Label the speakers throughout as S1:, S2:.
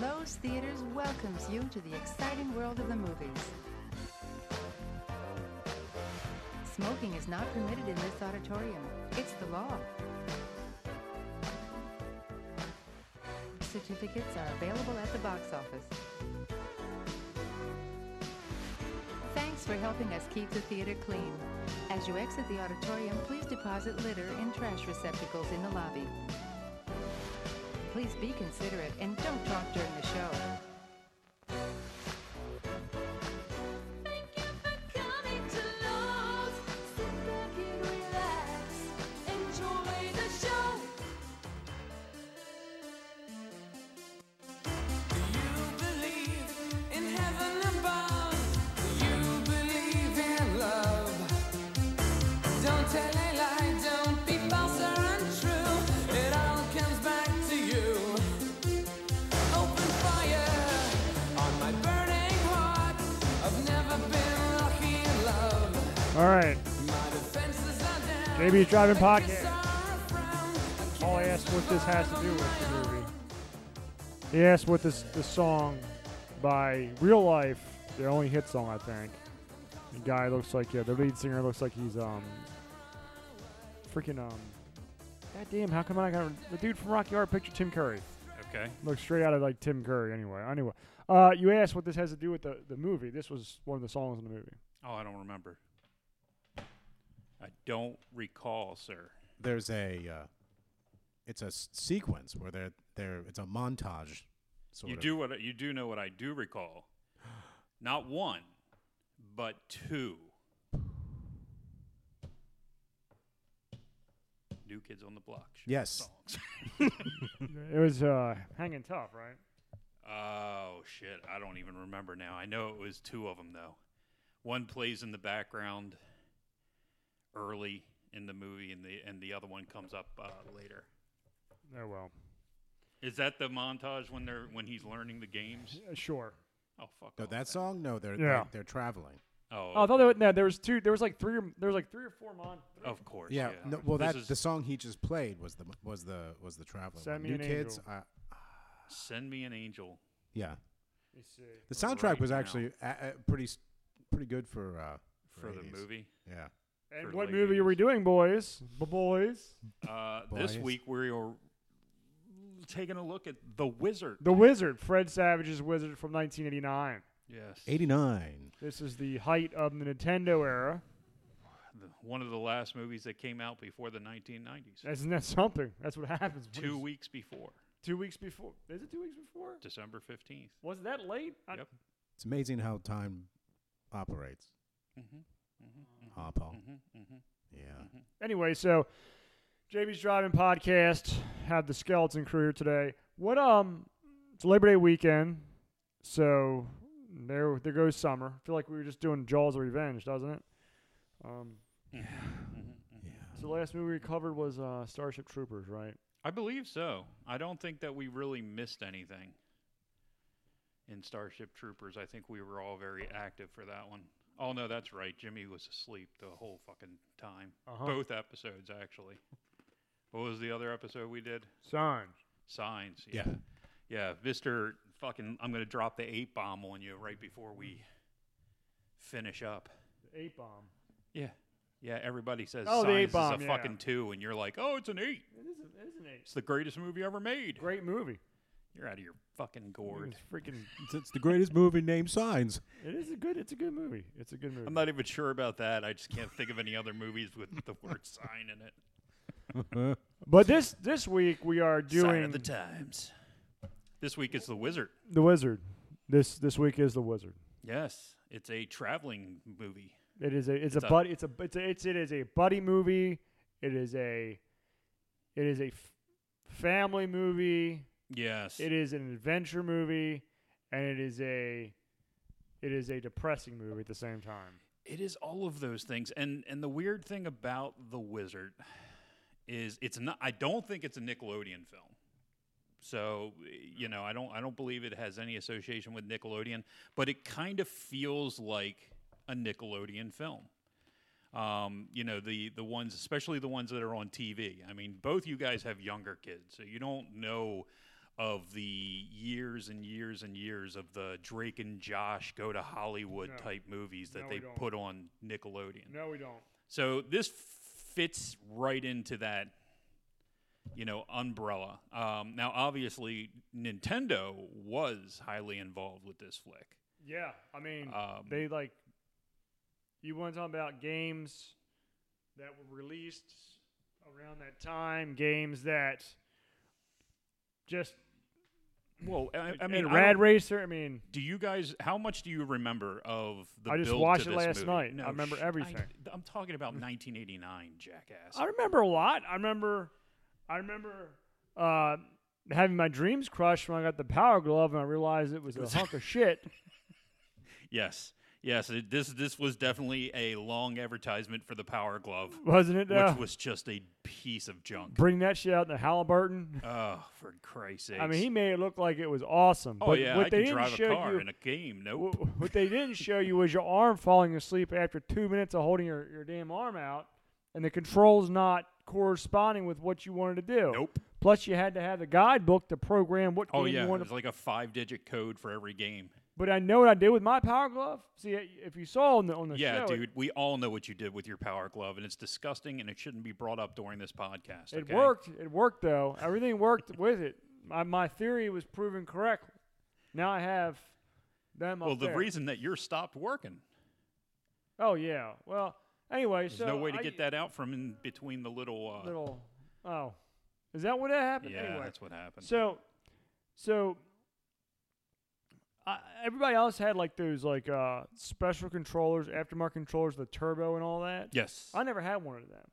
S1: House Theaters welcomes you to the exciting world of the movies. Smoking is not permitted in this auditorium. It's the law. Certificates are available at the box office. Thanks for helping us keep the theater clean. As you exit the auditorium, please deposit litter in trash receptacles in the lobby. Please be considerate and don't talk during the show.
S2: Thank you for coming to Lowe's. Sit back and relax. Enjoy the show.
S3: Do you believe in heaven above? Do you believe in love? Don't tell a lie, don't be false or untrue. It all comes back to you. Open fire on my burning heart. I've never been lucky in love.
S4: All right.
S3: My defenses are down.
S4: JB's driving
S3: Kiss
S4: podcast.
S3: or a frown.
S4: Paul asked what this has to do with the movie. He asked what this the song by Real Life, their only hit song, I think. The guy looks like yeah, the lead singer looks like he's um freaking um. God damn! How come I got the dude from Rocky Horror Picture Tim Curry?
S5: Okay.
S4: Looks straight out of like Tim Curry. Anyway, anyway, uh, you asked what this has to do with the, the movie. This was one of the songs in the movie.
S5: Oh, I don't remember. I don't recall, sir.
S6: there's a uh, it's a s- sequence where they're they're it's a montage sort
S5: you
S6: of
S5: do what I- you do know what I do recall. Not one, but two. New Kids on the Block. sh-
S6: Yes.
S5: Songs.
S4: It was uh, hanging tough, right?
S5: oh shit! I don't even remember now. I know it was two of them though. One plays in the background early in the movie, and the and the other one comes up uh, later.
S4: Oh well,
S5: Is that the montage when they're when he's learning the games?
S4: Uh, sure.
S5: Oh fuck!
S6: no
S5: off
S6: that
S5: then.
S6: song no they're
S4: Yeah.
S6: they're, they're traveling
S5: Oh,
S4: Oh, I thought
S5: okay.
S4: there was, no, there was two. There was like three. or- There was like three or four mon.
S5: Of course.
S6: yeah,
S5: Yeah.
S6: No, well
S5: This
S6: that
S5: is
S6: the song he just played was the was the was the traveling
S4: Send
S6: one.
S4: Me
S6: new
S4: an
S6: kids
S4: Angel.
S6: uh,
S5: Send Me an Angel.
S6: yeah
S4: Let me see.
S6: the soundtrack
S5: Right
S6: was
S5: now.
S6: actually uh, uh, pretty s- pretty good for uh
S5: for the
S6: 80s.
S5: movie.
S6: yeah
S4: And
S5: For
S4: what
S5: late
S4: movie are we
S5: 80s.
S4: doing, boys? B- boys.
S5: Uh, this
S6: Boys.
S5: week we are taking a look at The Wizard.
S4: The Wizard, Fred Savage's Wizard from 1989.
S5: Yes.
S6: 89
S4: This is the height of the Nintendo era.
S5: The- One of the last movies that came out before the 1990s.
S4: Isn't that something? That's what happens. What
S5: Two
S4: is-
S5: weeks before,
S4: Two weeks before. Is it two weeks before?
S5: December 15th.
S4: Was that late? I-
S5: Yep.
S6: it's amazing how time operates
S5: Mhm, mhm, mhm,
S6: huh Paul
S5: mhm, mhm.
S6: yeah
S4: Anyway, so JB's Driving Podcast have the skeleton crew here today. What um, it's Labor Day weekend, so there there goes summer. I feel like we were just doing Jaws of Revenge, doesn't it? Um,
S6: yeah
S4: so the last movie we covered was uh, Starship Troopers, right?
S5: I believe so. I don't think that we really missed anything in Starship Troopers. I think we were all very active for that one. Oh no, that's right. Jimmy was asleep the whole fucking time.
S4: Uh-huh.
S5: Both episodes actually. What was the other episode we did?
S4: Signs.
S5: Signs. Yeah.
S6: Yeah.
S5: Yeah, Mister fucking I'm gonna drop the eight bomb on you right before we finish up.
S4: The eight bomb.
S5: Yeah. Yeah, everybody says
S4: Oh, the
S5: Signs
S4: eight bomb,
S5: is a
S4: yeah.
S5: fucking two and you're like, Oh, it's an eight.
S4: It is, a, it is an eight.
S5: It's the greatest movie ever made.
S4: Great movie.
S5: You're out of your fucking gourd.
S4: It's freaking.
S6: it's, it's the greatest movie named signs
S4: It is a good. It's a good movie. It's a good movie.
S5: I'm not even sure about that. I just can't think of any other movies with the word sign in it.
S4: but this this week we are doing
S5: times. This week is The Wizard.
S4: the Wizard. This this week is the Wizard.
S5: Yes, it's a traveling movie.
S4: It is a it's,
S5: It's
S4: a,
S5: a-
S4: buddy it's a it's a it's it is a buddy movie. It is a it is a f- family movie.
S5: Yes.
S4: It is an adventure movie, and it is a it is a depressing movie at the same time.
S5: it is all of those things. And and the weird thing about The Wizard is it's not I don't think it's a Nickelodeon film. So, you know, I don't I don't believe it has any association with Nickelodeon, but it kind of feels like a Nickelodeon film. um, you know the the ones, especially the ones that are on TV. I mean, both you guys have younger kids, so you don't know of the years and years and years of the Drake and Josh go to Hollywood
S4: No.
S5: type movies that
S4: No, we
S5: they
S4: don't.
S5: put on Nickelodeon.
S4: No, we don't.
S5: So this fits right into that, you know, umbrella. Um, now, obviously, Nintendo was highly involved with this flick.
S4: Yeah, I mean,
S5: Um,
S4: they like. You want to talk about games that were released around that time? Games that just
S5: Well, I, I
S4: and
S5: mean, I
S4: Rad
S5: don't-
S4: Racer. I mean,
S5: do you guys? How much do you remember of the?
S4: I just
S5: build
S4: watched
S5: to
S4: it
S5: this
S4: last
S5: movie?
S4: night. I remember
S5: sh-
S4: everything.
S5: I, am talking about 1989, jackass.
S4: I remember a lot. I remember, I remember uh, having my dreams crushed when I got the Power Glove and I realized it was a hunk of shit.
S5: yes, yes. It, this this was definitely a long advertisement for the Power Glove,
S4: Wasn't it? Uh,
S5: which was just a piece of junk.
S4: bring that shit out in the Halliburton.
S5: Oh, for Christ's sake!
S4: I mean, he made it look like it was awesome.
S5: Oh
S4: but
S5: yeah,
S4: what
S5: I
S4: they
S5: can
S4: didn't
S5: drive
S4: show
S5: a car
S4: you,
S5: in a game.
S4: Wh-
S5: Nope.
S4: what they didn't show you was your arm falling asleep after two minutes of holding your, your damn arm out and the controls not corresponding with what you wanted to do.
S5: Nope.
S4: Plus, you had to have the guidebook to program what
S5: Oh
S4: game
S5: yeah,
S4: you wanted.
S5: it's like a five-digit code for every game.
S4: but I know what I did with my Power Glove. See, i- if you saw on the, on the
S5: Yeah,
S4: show, it-
S5: dude, we all know what you did with your power glove, and it's disgusting, and it shouldn't be brought up during this podcast.
S4: it
S5: okay?
S4: worked. It worked, though. Everything worked with it. My, my theory was proven correct. Now I have them
S5: Well,
S4: up
S5: the
S4: there.
S5: reason that you're stopped working,
S4: Oh, yeah. Well, anyway,
S5: there's
S4: so.
S5: no way to
S4: I-
S5: get that out from in between the little. Uh,
S4: Little. Oh. Is that what that happened?
S5: yeah,
S4: anyway.
S5: that's what happened.
S4: So, so I everybody else had like those like uh, special controllers, aftermarket controllers, the turbo and all that.
S5: yes,
S4: I never had one of them,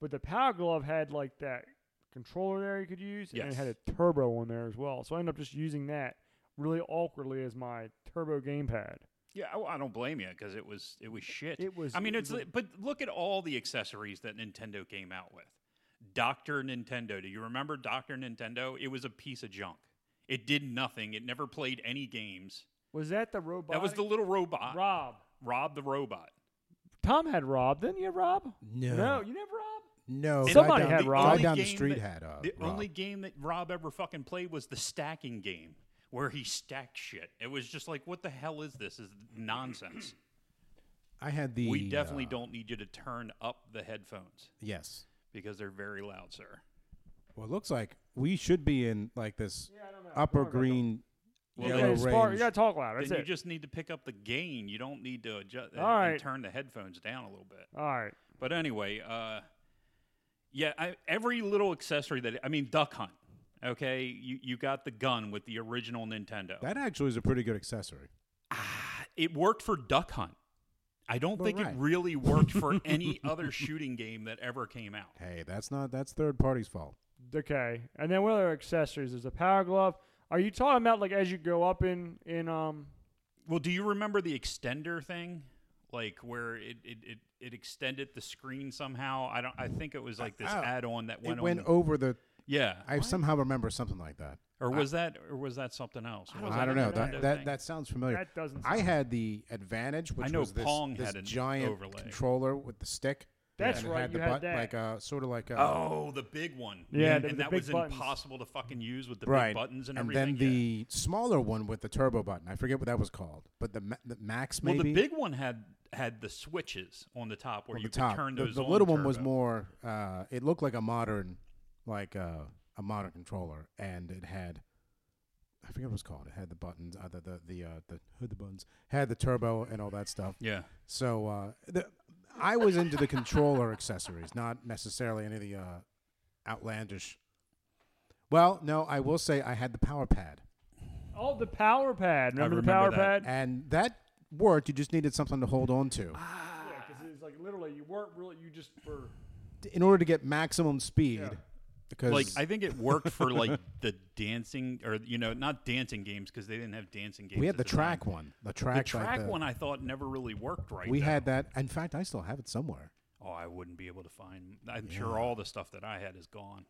S4: but the Power Glove had like that controller there you could use, and it had
S5: Yes.
S4: a turbo on there as well. So I ended up just using that really awkwardly as my turbo gamepad.
S5: yeah, I, I don't blame you because it was it was shit.
S4: It was-
S5: I mean,
S4: it
S5: it's
S4: was-
S5: li- but look at all the accessories that Nintendo came out with. Doctor Nintendo. Do you remember Doctor Nintendo? It was a piece of junk. It did nothing. It never played any games.
S4: Was that the robot?
S5: That was the little robot, Rob,
S4: Rob.
S5: the robot.
S4: Tom had Rob, didn't you, Rob?
S6: No.
S4: No, you never Rob.
S6: No,
S5: And
S4: Somebody
S6: right
S4: had
S6: Oh, down,
S4: Rob.
S6: Right
S5: only
S6: down the
S5: game
S6: street
S5: that-
S6: had uh,
S5: the
S6: Rob.
S5: only game that Rob ever fucking played was the stacking game, where he stacked shit. It was just like, what the hell is this? Is nonsense.
S6: I had the.
S5: we definitely
S6: uh,
S5: don't need you to turn up the headphones
S6: Yes.
S5: because they're very loud, sir.
S6: Well, it looks like we should be in like this upper green
S5: Well,
S6: yellow
S5: then-
S4: it's far- you
S6: range.
S4: gotta talk loud. That's
S5: Then you
S4: it.
S5: just need to pick up the gain. You don't need to adjust and
S4: All right.
S5: turn the headphones down a little bit.
S4: all right.
S5: But anyway, uh, yeah, I, every little accessory that I mean, Duck Hunt. Okay, you, you got the gun with the original Nintendo.
S6: That actually is a pretty good accessory.
S5: it worked for Duck Hunt. I don't
S6: Well,
S5: think
S6: right.
S5: it really worked for any other shooting game that ever came out.
S6: Hey, that's not that's third party's fault.
S4: Okay, and then what other accessories? There's a power glove. Are you talking about like as you go up in in um?
S5: Well, do you remember the extender thing? Like where it it, it, it extended the screen somehow? I don't I think it was like this
S6: Oh,
S5: add-on that went
S6: it went
S5: on.
S6: over the.
S5: yeah.
S6: I somehow remember something like that.
S5: or was that or was that something else? Was
S6: I
S5: that
S6: don't
S5: a
S6: know.
S5: Nintendo
S6: That, that
S5: thing?
S6: that sounds familiar.
S4: That doesn't
S6: I
S4: sound-
S6: had the advantage, which
S5: know
S6: was this,
S5: Pong
S6: this
S5: had an
S6: giant
S5: overlay.
S6: controller with the stick.
S4: That's
S6: and it
S4: right,
S6: Had the
S4: you had
S6: butt-
S4: that.
S6: Like a sort of like uh, a.
S5: Oh, the big one.
S4: Yeah,
S5: and,
S4: the-
S5: and
S4: the
S5: that
S4: big
S5: was
S4: buttons.
S5: impossible to fucking use with the
S6: right.
S5: big buttons and, everything.
S6: then
S5: yeah.
S6: the smaller one with the turbo button. I forget what that was called, but the, ma- the max
S5: well,
S6: maybe.
S5: the big one had had the switches on the top where
S6: on
S5: you
S6: the top.
S5: could turn
S6: The-
S5: those.
S6: the
S5: on
S6: little one was
S5: turbo.
S6: more. Uh, it looked like a modern, like uh, a modern controller, and it had. I forget what it was called. It had the buttons, uh, the the the uh, the hood, the buttons had the turbo and all that stuff.
S5: Yeah.
S6: So uh, the, I was into the controller accessories, not necessarily any of the uh, outlandish. Well, no, I will say I had the power pad,
S4: Oh, the power pad. Remember, the power
S5: remember that.
S4: pad?
S6: and that worked. You just needed something to hold on to
S4: Yeah, because it's like literally you weren't really you just were.
S6: in order to get maximum speed. Because
S5: like I think it worked for like the dancing or you know not dancing games because they didn't have dancing games.
S6: we had
S5: at
S6: the track
S5: time.
S6: one, the
S5: The
S6: track,
S5: track
S6: like the,
S5: one I thought never really worked right.
S6: we
S5: though.
S6: had that. In fact, I still have it somewhere.
S5: Oh, I wouldn't be able to find. I'm sure all the stuff that I had is gone.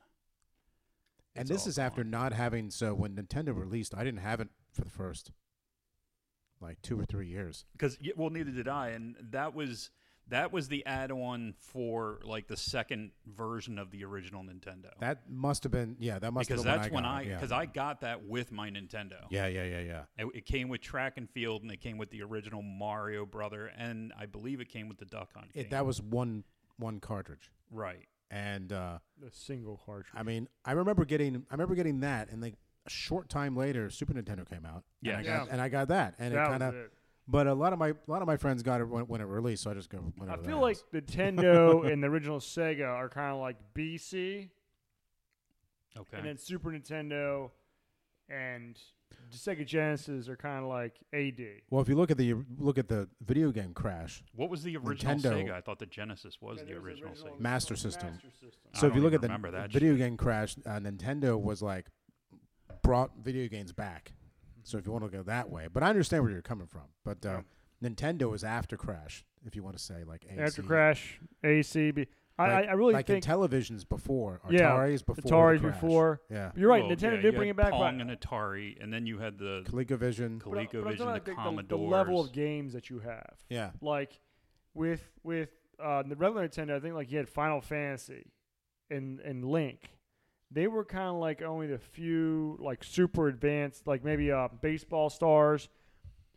S6: And
S5: It's
S6: this
S5: all
S6: is after not having. So when Nintendo released, I didn't have it for the first like two or three years.
S5: Because well, neither did I, and that was That was the add-on for like the second version of the original Nintendo.
S6: That must have been yeah. That must
S5: because
S6: have been
S5: that's when I
S6: got it,
S5: because I got that with my Nintendo.
S6: yeah. yeah yeah yeah yeah.
S5: It, it came with track and field, and it came with the original Mario brother, and I believe it came with the Duck Hunt.
S6: It,
S5: game.
S6: that was one one cartridge,
S5: right.
S6: and uh,
S4: The single cartridge.
S6: I mean I remember getting I remember getting that, and like a short time later, Super Nintendo came out.
S5: Yeah.
S6: and I got, and I got that, and
S4: That
S6: it
S4: was
S6: kind of.
S4: it.
S6: But a lot of my a lot of my friends got it when, when it released, so I just go.
S4: I
S6: whatever that
S4: feel like
S6: is.
S4: Nintendo and the original Sega are kind of like BC,
S5: Okay.
S4: and then Super Nintendo and Sega Genesis are kind of like AD.
S6: Well, if you look at the look at the video game Crash,
S5: what was the original
S6: Nintendo-
S5: Sega? I thought the Genesis was the original, Sega.
S6: Master System.
S4: Master System.
S5: I
S6: so if you
S5: don't
S6: look
S5: even
S6: at the
S5: remember that
S6: video game Crash, uh, Nintendo was like brought video games back. So if you want to go that way, but I understand where you're coming from. But uh, Nintendo is after Crash, if you want to say like AC.
S4: After Crash, ACB. I, I,
S6: Like-
S4: I really
S6: like
S4: think
S6: in televisions before
S4: yeah,
S6: Atari's before the
S4: Atari's
S6: Crash.
S4: before.
S6: yeah
S4: You're right.
S5: Well,
S4: Nintendo
S5: yeah, you
S4: did
S5: had
S4: bring it back, but-
S5: Pong and Atari, and then you had the
S6: ColecoVision
S4: but, I- but I'm talking
S5: ColecoVision,
S4: about the-
S5: the
S4: the-
S5: Commodore.
S4: the level of games that you have.
S6: yeah
S4: like with with uh, the regular Nintendo, I think like you had Final Fantasy and and Link. They were kind of like only the few like super advanced, like maybe uh, baseball stars.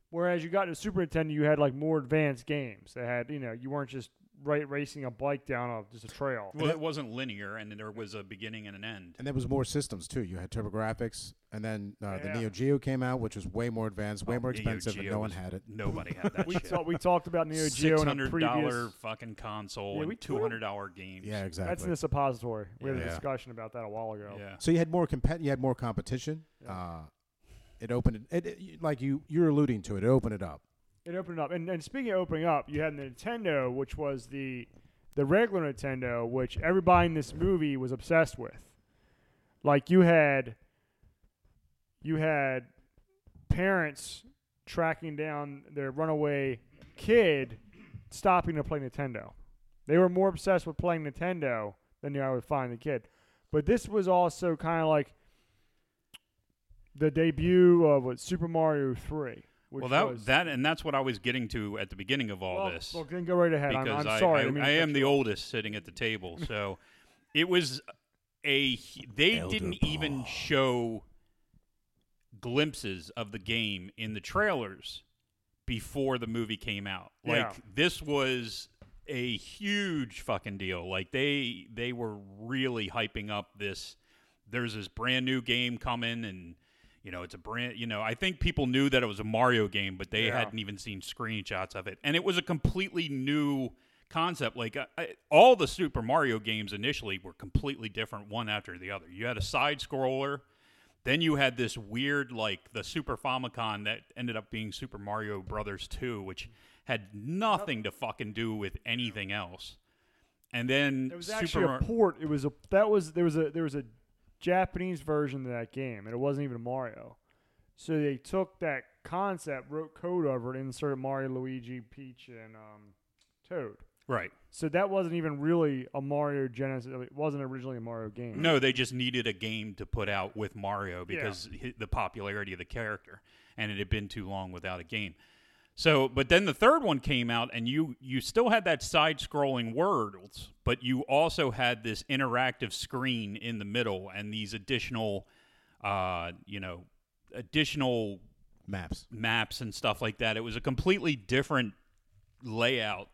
S4: Whereas you got to Super Nintendo, you had like more advanced games. They had you know you weren't just right racing a bike down a, just a trail.
S5: well, it wasn't linear, and there was a beginning and an end.
S6: and there was more systems too. You had TurboGrafx, and then uh,
S4: Yeah.
S6: the Neo Geo came out, which was way more advanced, way
S5: Oh,
S6: more
S5: Neo
S6: expensive, and
S5: Geo
S6: no one
S5: was-
S6: had it.
S5: Nobody had that
S4: we
S5: shit.
S4: ta- we talked about Neo Geo in a
S5: $600
S4: previous.
S5: fucking console
S4: Yeah, we
S5: and
S4: told-
S5: $200 games.
S6: Yeah, exactly.
S4: That's in the suppository. We had a
S6: Yeah.
S4: discussion about that a while ago.
S5: Yeah.
S6: So you had more compet- you had more competition. Uh, it opened it, it- you- like you you're alluding to it. It opened it up.
S4: It opened up, and, and speaking of opening up, you had Nintendo, which was the the regular Nintendo, which everybody in this movie was obsessed with. Like you had, you had parents tracking down their runaway kid, stopping to play Nintendo. They were more obsessed with playing Nintendo than they were with finding the kid. But this was also kind of like the debut of what, Super Mario Three. Which
S5: Well, that
S4: was,
S5: that and that's what I was getting to at the beginning of all
S4: well,
S5: this
S4: Well, then go right ahead. I'm,
S5: because
S4: I'm
S5: I-
S4: sorry.
S5: I,
S4: didn't mean
S5: I
S4: to
S5: am
S4: cut
S5: the oldest sitting at the table, so it was a hu- they
S6: Elder
S5: didn't even show glimpses of the game in the trailers before the movie came out. Like
S4: Yeah.
S5: this was a huge fucking deal. Like they they were really hyping up this there's this brand new game coming and you know, it's a brand, you know, I think people knew that it was a Mario game, but they
S4: Yeah.
S5: hadn't even seen screenshots of it. And it was a completely new concept. Like I, I, all the Super Mario games initially were completely different one after the other. You had a side scroller, then you had this weird like the Super Famicom that ended up being Super Mario Brothers 2, which had nothing to fucking do with anything else. And then
S4: It was
S5: Super
S4: actually
S5: Mar-
S4: a port. It was a that was there was a there was a Japanese version of that game, and it wasn't even Mario. So they took that concept, wrote code over it, inserted Mario, Luigi, Peach, and um, Toad.
S5: right.
S4: So that wasn't even really a Mario Genesis. It wasn't originally a Mario game.
S5: No, they just needed a game to put out with Mario because hi the popularity of the character, and it had been too long without a game. So, but then the third one came out, and you you still had that side-scrolling worlds, but you also had this interactive screen in the middle, and these additional, uh, you know, additional
S6: Maps.
S5: maps and stuff like that. It was a completely different layout,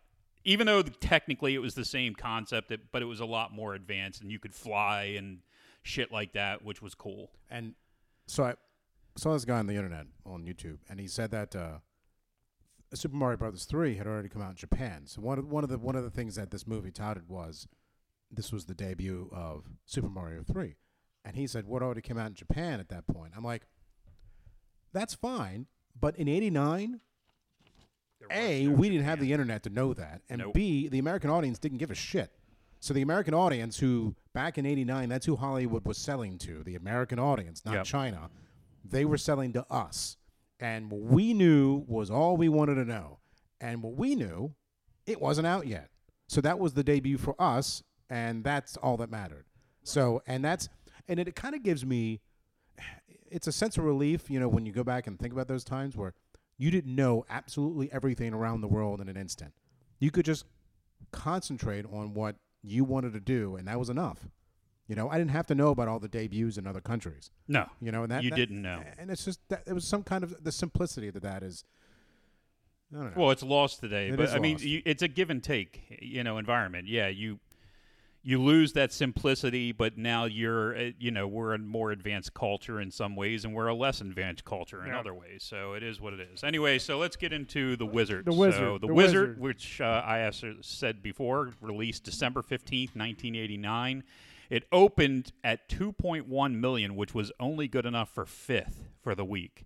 S5: even though technically it was the same concept, it, but it was a lot more advanced, and you could fly and shit like that, which was cool.
S6: And so I saw this guy on the internet on YouTube, and he said that uh, Super Mario Brothers three had already come out in Japan. So one of, one of the one of the things that this movie touted was this was the debut of Super Mario three, and he said what already came out in Japan at that point. I'm like, that's fine, but in '89. A, we didn't have the internet to know that, and
S5: Nope.
S6: B, the American audience didn't give a shit. So the American audience, who back in '89, that's who Hollywood was selling to, the American audience, not
S5: Yep.
S6: China. They were selling to us, and what we knew was all we wanted to know, and what we knew, it wasn't out yet. So that was the debut for us, and that's all that mattered. So, and that's, and it, kind of gives me, it's a sense of relief, you know, when you go back and think about those times where you didn't know absolutely everything around the world in an instant. You could just concentrate on what you wanted to do, and that was enough. You know, I didn't have to know about all the debuts in other countries.
S5: No,
S6: You know, and that
S5: you
S6: that-
S5: didn't know.
S6: And it's just that it was some kind of the simplicity that that is. I don't know.
S5: Well, it's lost today,
S6: It
S5: but
S6: is
S5: I mean,
S6: lost.
S5: you, it's a give and take, you know, environment. Yeah, you you lose that simplicity, but now you're, uh, you know, we're a more advanced culture in some ways, and we're a less advanced culture in
S4: Yeah.
S5: other ways. So it is what it is. Anyway, so let's get into the wizard.
S4: The
S5: So
S4: Wizard,
S5: the,
S4: The
S5: wizard,
S4: Wizard.
S5: which uh, I have s- said before, released December fifteenth, nineteen eighty nine. It opened at 2.1 million, which was only good enough for fifth for the week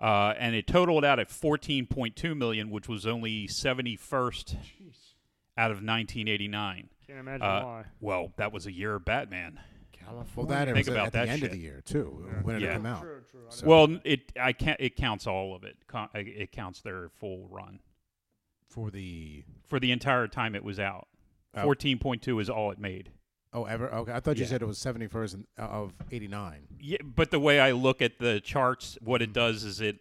S5: uh, and it totaled out at 14.2 million, which was only 71st out of 1989.
S4: Can't imagine
S5: Uh,
S4: why.
S5: well, that was a year of Batman.
S6: Well, that it
S5: Think
S6: was at-
S5: about
S6: at
S5: that
S6: the end
S5: shit.
S6: of the year too, when it
S5: Yeah.
S6: came out. So-
S5: Well, n- it I can't. It counts all of it. Co- It counts their full run
S6: for the
S5: for the entire time it was out.
S6: Oh.
S5: 14.2 is all it made.
S6: oh ever okay, I thought you
S5: Yeah.
S6: said it was seventy first of eighty nine.
S5: Yeah, but the way I look at the charts, what it does is it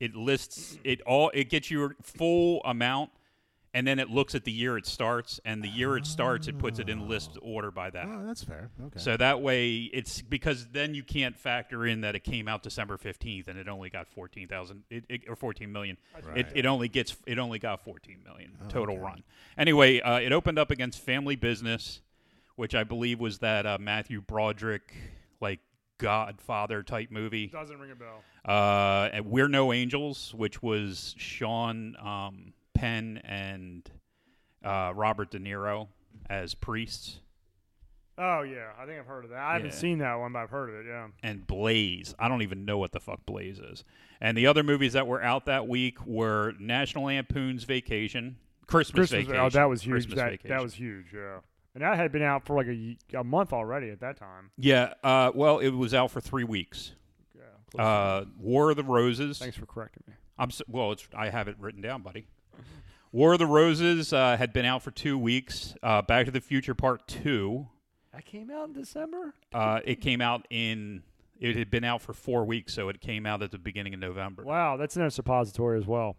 S5: it lists it all. It gets your full amount, and then it looks at the year it starts, and the year it starts, it puts it in list order by that.
S6: Oh, that's fair. Okay.
S5: So that way, it's because then you can't factor in that it came out December fifteenth and it only got fourteen thousand it, it, or fourteen million. It, it only gets it only got fourteen million total run. Anyway, uh, it opened up against Family Business, which I believe was that uh, Matthew Broderick like Godfather type movie.
S4: Doesn't ring a bell.
S5: Uh, and We're No Angels, which was Sean um, Penn and uh, Robert De Niro as priests.
S4: Oh yeah, I think I've heard of that. I haven't
S5: Yeah.
S4: seen that one, but I've heard of it. Yeah.
S5: and Blaze. I don't even know what the fuck Blaze is. And the other movies that were out that week were National Lampoon's Vacation, Christmas, Vacation.
S4: Oh, that was huge.
S5: Christmas
S4: That,
S5: Vacation.
S4: that was huge. Yeah. And that had been out for like a, ye- a month already at that time.
S5: yeah. Uh, well, it was out for three weeks.
S4: Yeah.
S5: Uh, War of the Roses.
S4: Thanks for correcting me.
S5: I'm so, well. It's I have it written down, buddy. War of the Roses uh, had been out for two weeks. Uh, Back to the Future Part Two.
S7: That came out in December.
S5: Uh, it came out in. It had been out for four weeks, so it came out at the beginning of November.
S4: Wow, that's in a suppository as well.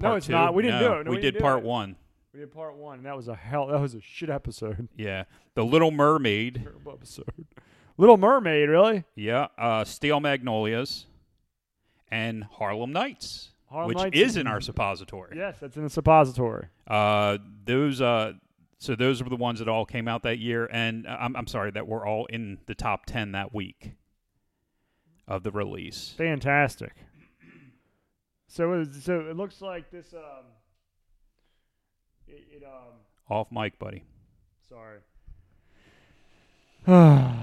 S4: no,
S5: Part
S4: it's
S5: two?
S4: not. We didn't
S5: No,
S4: do it. No,
S5: we,
S4: we
S5: did
S4: didn't do
S5: part
S4: it.
S5: one.
S4: We did part one, and that was a hell. That was a shit episode.
S5: Yeah, The Little Mermaid.
S4: Terrible episode. Little Mermaid, really?
S5: Yeah, uh, Steel Magnolias and Harlem Nights,
S4: Harlem
S5: which
S4: Nights
S5: is
S4: and-
S5: in our suppository.
S4: Yes, that's in a suppository.
S5: Uh, those, uh, so those were the ones that all came out that year, and uh, I'm, I'm sorry that were all in the top ten that week of the release.
S4: Fantastic. So, it was- so it looks like this. Um, it, it um.
S5: Off mic, buddy.
S4: Sorry. well,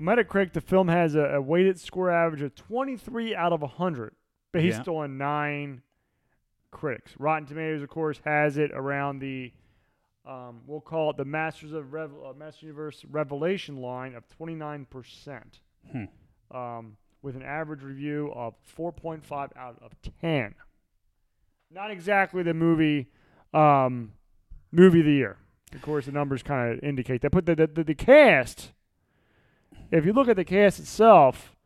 S4: Metacritic, the film has a, a weighted score average of 23 out of 100, based
S5: Yeah.
S4: on nine critics. Rotten Tomatoes, of course, has it around the, um, we'll call it the Masters of Rev- uh, Master Universe Revelation line of 29%,
S5: Hmm.
S4: um, with an average review of 4.5 out of 10. Not exactly the movie, um, movie of the year. Of course, the numbers kind of indicate that. But the, the, the, the cast, if you look at the cast itself,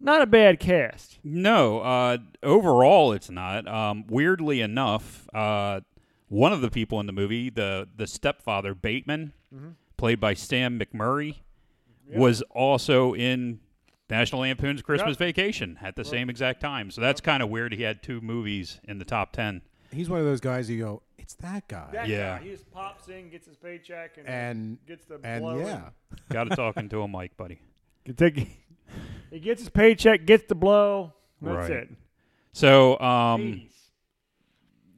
S4: not a bad cast.
S5: No, uh, overall it's not. Um, weirdly enough, uh, one of the people in the movie, the the stepfather Bateman, played by Sam McMurray, was also in National Lampoon's Christmas Vacation at the same exact time. So that's kind of weird. He had two movies in the top ten.
S6: He's one of those guys you go, it's that guy,
S5: Yeah.
S4: he just pops in, gets his paycheck, and,
S6: and
S4: gets the
S6: and
S4: blow.
S6: yeah,
S5: Got to talking to a mic, buddy.
S4: he gets his paycheck, gets the blow. That's
S5: Right.
S4: it.
S5: So um,
S4: Jeez.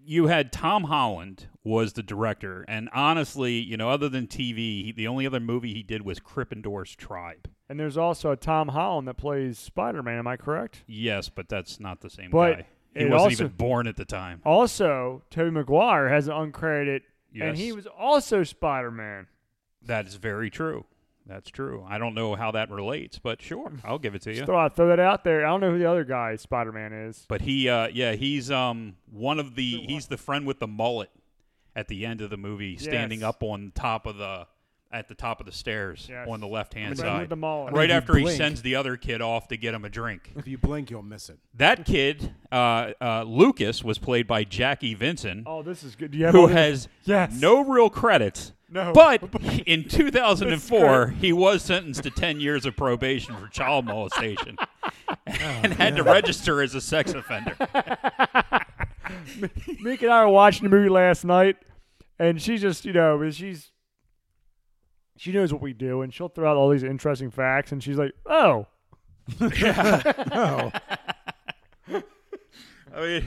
S5: you had Tom Holland was the director, and honestly, you know, other than TV, he, the only other movie he did was Crippendorf's Tribe.
S4: and there's also a Tom Holland that plays Spider Man. Am I correct?
S5: Yes, but that's not the same
S4: But
S5: guy. He
S4: it
S5: wasn't
S4: also-
S5: even born at the time.
S4: Also, Tobey Maguire has an uncredited, and he
S5: Yes.
S4: was also Spider Man.
S5: That is very true. That's true. I don't know how that relates, but sure, I'll give it to you.
S4: So I throw that out there. I don't know who the other guy Spider Man is.
S5: But he, uh, yeah, he's um one of the he's the friend with the mullet at the end of the movie, standing
S4: Yes.
S5: up on top of the. at the top of the stairs
S4: Yes.
S5: on the left hand
S4: Right with
S5: side.
S4: the mall.
S5: right
S6: if you
S5: after he
S6: blink-
S5: sends the other kid off to get him a drink.
S6: If you blink, you'll miss it.
S5: That kid, uh, uh, Lucas, was played by Jackie Vinson,
S4: Oh, this is good. Do you have
S5: who
S4: all this?
S5: has
S4: Yes.
S5: no real credits.
S4: No.
S5: But in 2004, he was sentenced to 10 years of probation for child molestation and had to register as a sex offender.
S4: Meek and I were watching the movie last night, and she just, you know, she's she knows what we do, and she'll throw out all these interesting facts, and she's like, "Oh,
S6: Oh,
S5: I mean,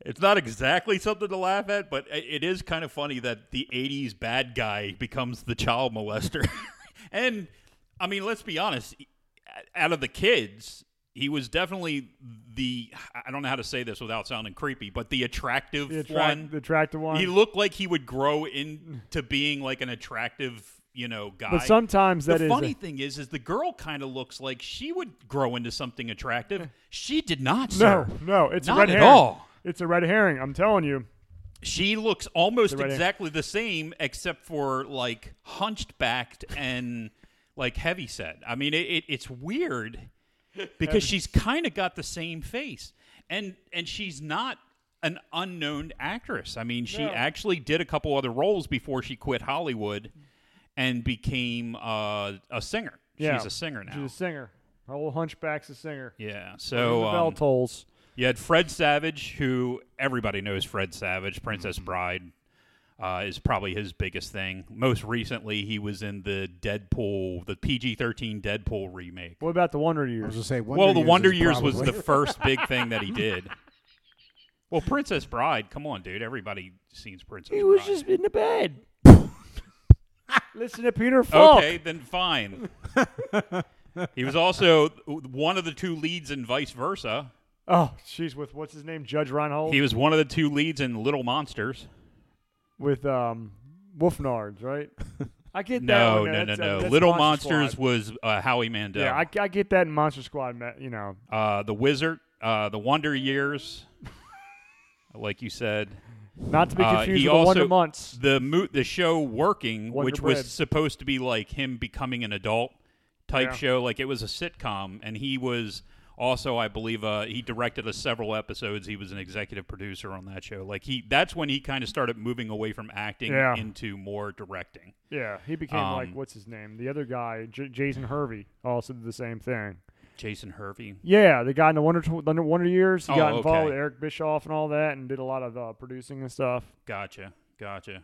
S5: it's not exactly something to laugh at, but i- it is kind of funny that the 80s bad guy becomes the child molester. and, I mean, let's be honest, e, out of the kids, he was definitely the, I don't know how to say this without sounding creepy, but the attractive
S4: the, attract-
S5: one.
S4: the attractive one."
S5: He looked like he would grow into being like an attractive, you know, guy.
S4: but sometimes that
S5: the
S4: is
S5: funny thing is, is the girl kind of looks like she would grow into something attractive. She did not.
S4: no,
S5: sir.
S4: no, it's
S5: Not
S4: a red
S5: at
S4: herring.
S5: all.
S4: It's a red herring. I'm telling you.
S5: She looks almost
S4: The right hand.
S5: exactly the same, except for like hunched backed and like heavy set. I mean, it, it, it's weird because she's kind of got the same face, and and she's not an unknown actress. I mean, she actually did a couple other roles before she quit Hollywood and became uh, a singer.
S4: Yeah,
S5: She's a singer now.
S4: She's a singer. Our old hunchback's a singer.
S5: yeah.
S4: The
S5: So
S4: bell
S5: um,
S4: tolls.
S5: you had Fred Savage, who everybody knows Fred Savage, Princess
S7: Mm-hmm.
S5: Bride. Uh, is probably his biggest thing. Most recently, he was in the Deadpool, the PG 13 Deadpool remake.
S4: What about the Wonder
S6: I was
S4: Years?
S6: gonna say. Wonder
S5: well, the
S6: Years
S5: Wonder
S6: is
S5: Years was
S6: probably-
S5: the first big thing that he did. Well, Princess Bride, come on, dude. Everybody seen Princess
S7: He was
S5: Bride.
S7: just in the bed.
S4: Listen to Peter Falk.
S5: okay, then fine. he was also one of the two leads in Vice Versa.
S4: Oh, she's with what's his name, Judge Reinhold,
S5: He was one of the two leads in Little Monsters.
S4: with um, Wolfnards, right?
S7: I get that.
S5: No,
S4: one,
S5: no, no,
S4: that's-
S5: no.
S4: that's
S5: Little
S4: Monster
S5: Monsters
S4: Squad.
S5: was uh, Howie Mandel.
S4: Yeah, I, I get that in Monster Squad, ma- you know.
S5: uh, the Wizard, uh, the Wonder Years, like you said.
S4: Not to be
S5: Uh,
S4: confused
S5: he
S4: with the Wonder
S5: also-
S4: Months.
S5: The mo- the show Working,
S4: Wonder
S5: which
S4: Bread.
S5: was supposed to be like him becoming an adult type
S4: Yeah.
S5: show, like it was a sitcom, and he was also, I believe, uh, he directed a several episodes. He was an executive producer on that show. Like he, that's when he kind of started moving away from acting
S4: Yeah.
S5: into more directing.
S4: Yeah, he became like
S5: um,
S4: what's his name? The other guy, J- Jason Hervey, also did the same thing.
S5: Jason Hervey.
S4: Yeah, the guy in the Wonder Tw- the Wonder Years, he
S5: Oh,
S4: got involved
S5: okay.
S4: with Eric Bischoff and all that, and did a lot of uh, producing and stuff.
S5: Gotcha. Gotcha.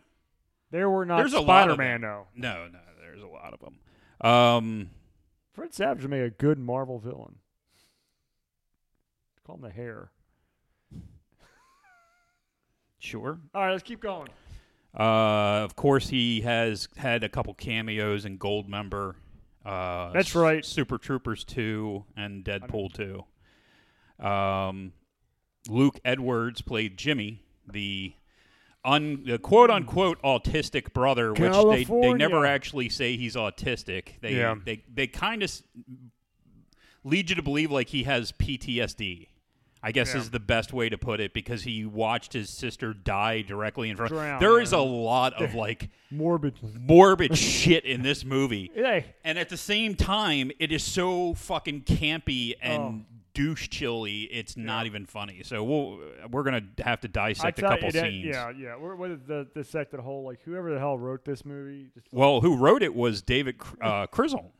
S4: There were not
S5: There's a lot
S4: Spider
S5: of
S4: Man
S5: them.
S4: though.
S5: No, no, there's a lot of them. Um,
S4: Fred Savage would make a good Marvel villain. Call him the Hair.
S5: sure.
S4: All right, let's keep going.
S5: Uh, of course, he has had a couple cameos in Goldmember. Uh,
S4: That's right.
S5: Super Troopers 2 and Deadpool 2. Um, Luke Edwards played Jimmy, the un the quote unquote autistic brother, which they, they never
S4: California.
S5: actually say he's autistic. They
S4: Yeah.
S5: they they kind of lead you to believe like he has PTSD. I guess
S4: Yeah.
S5: is the best way to put it because he watched his sister die directly in front.
S4: Drown,
S5: there is
S4: yeah.
S5: a lot of like
S4: Morbid.
S5: morbid shit in this movie.
S4: Hey,
S5: And at the same time, it is so fucking campy and
S4: Oh.
S5: douche chilly. It's not even funny. So we'll, we're gonna have to dissect a
S4: tell
S5: couple
S4: you that-
S5: scenes.
S4: Yeah, yeah. We're, we're the the sect that whole like whoever the hell wrote this movie. Just,
S5: Well, who wrote it was David Cr- uh, Chisholm.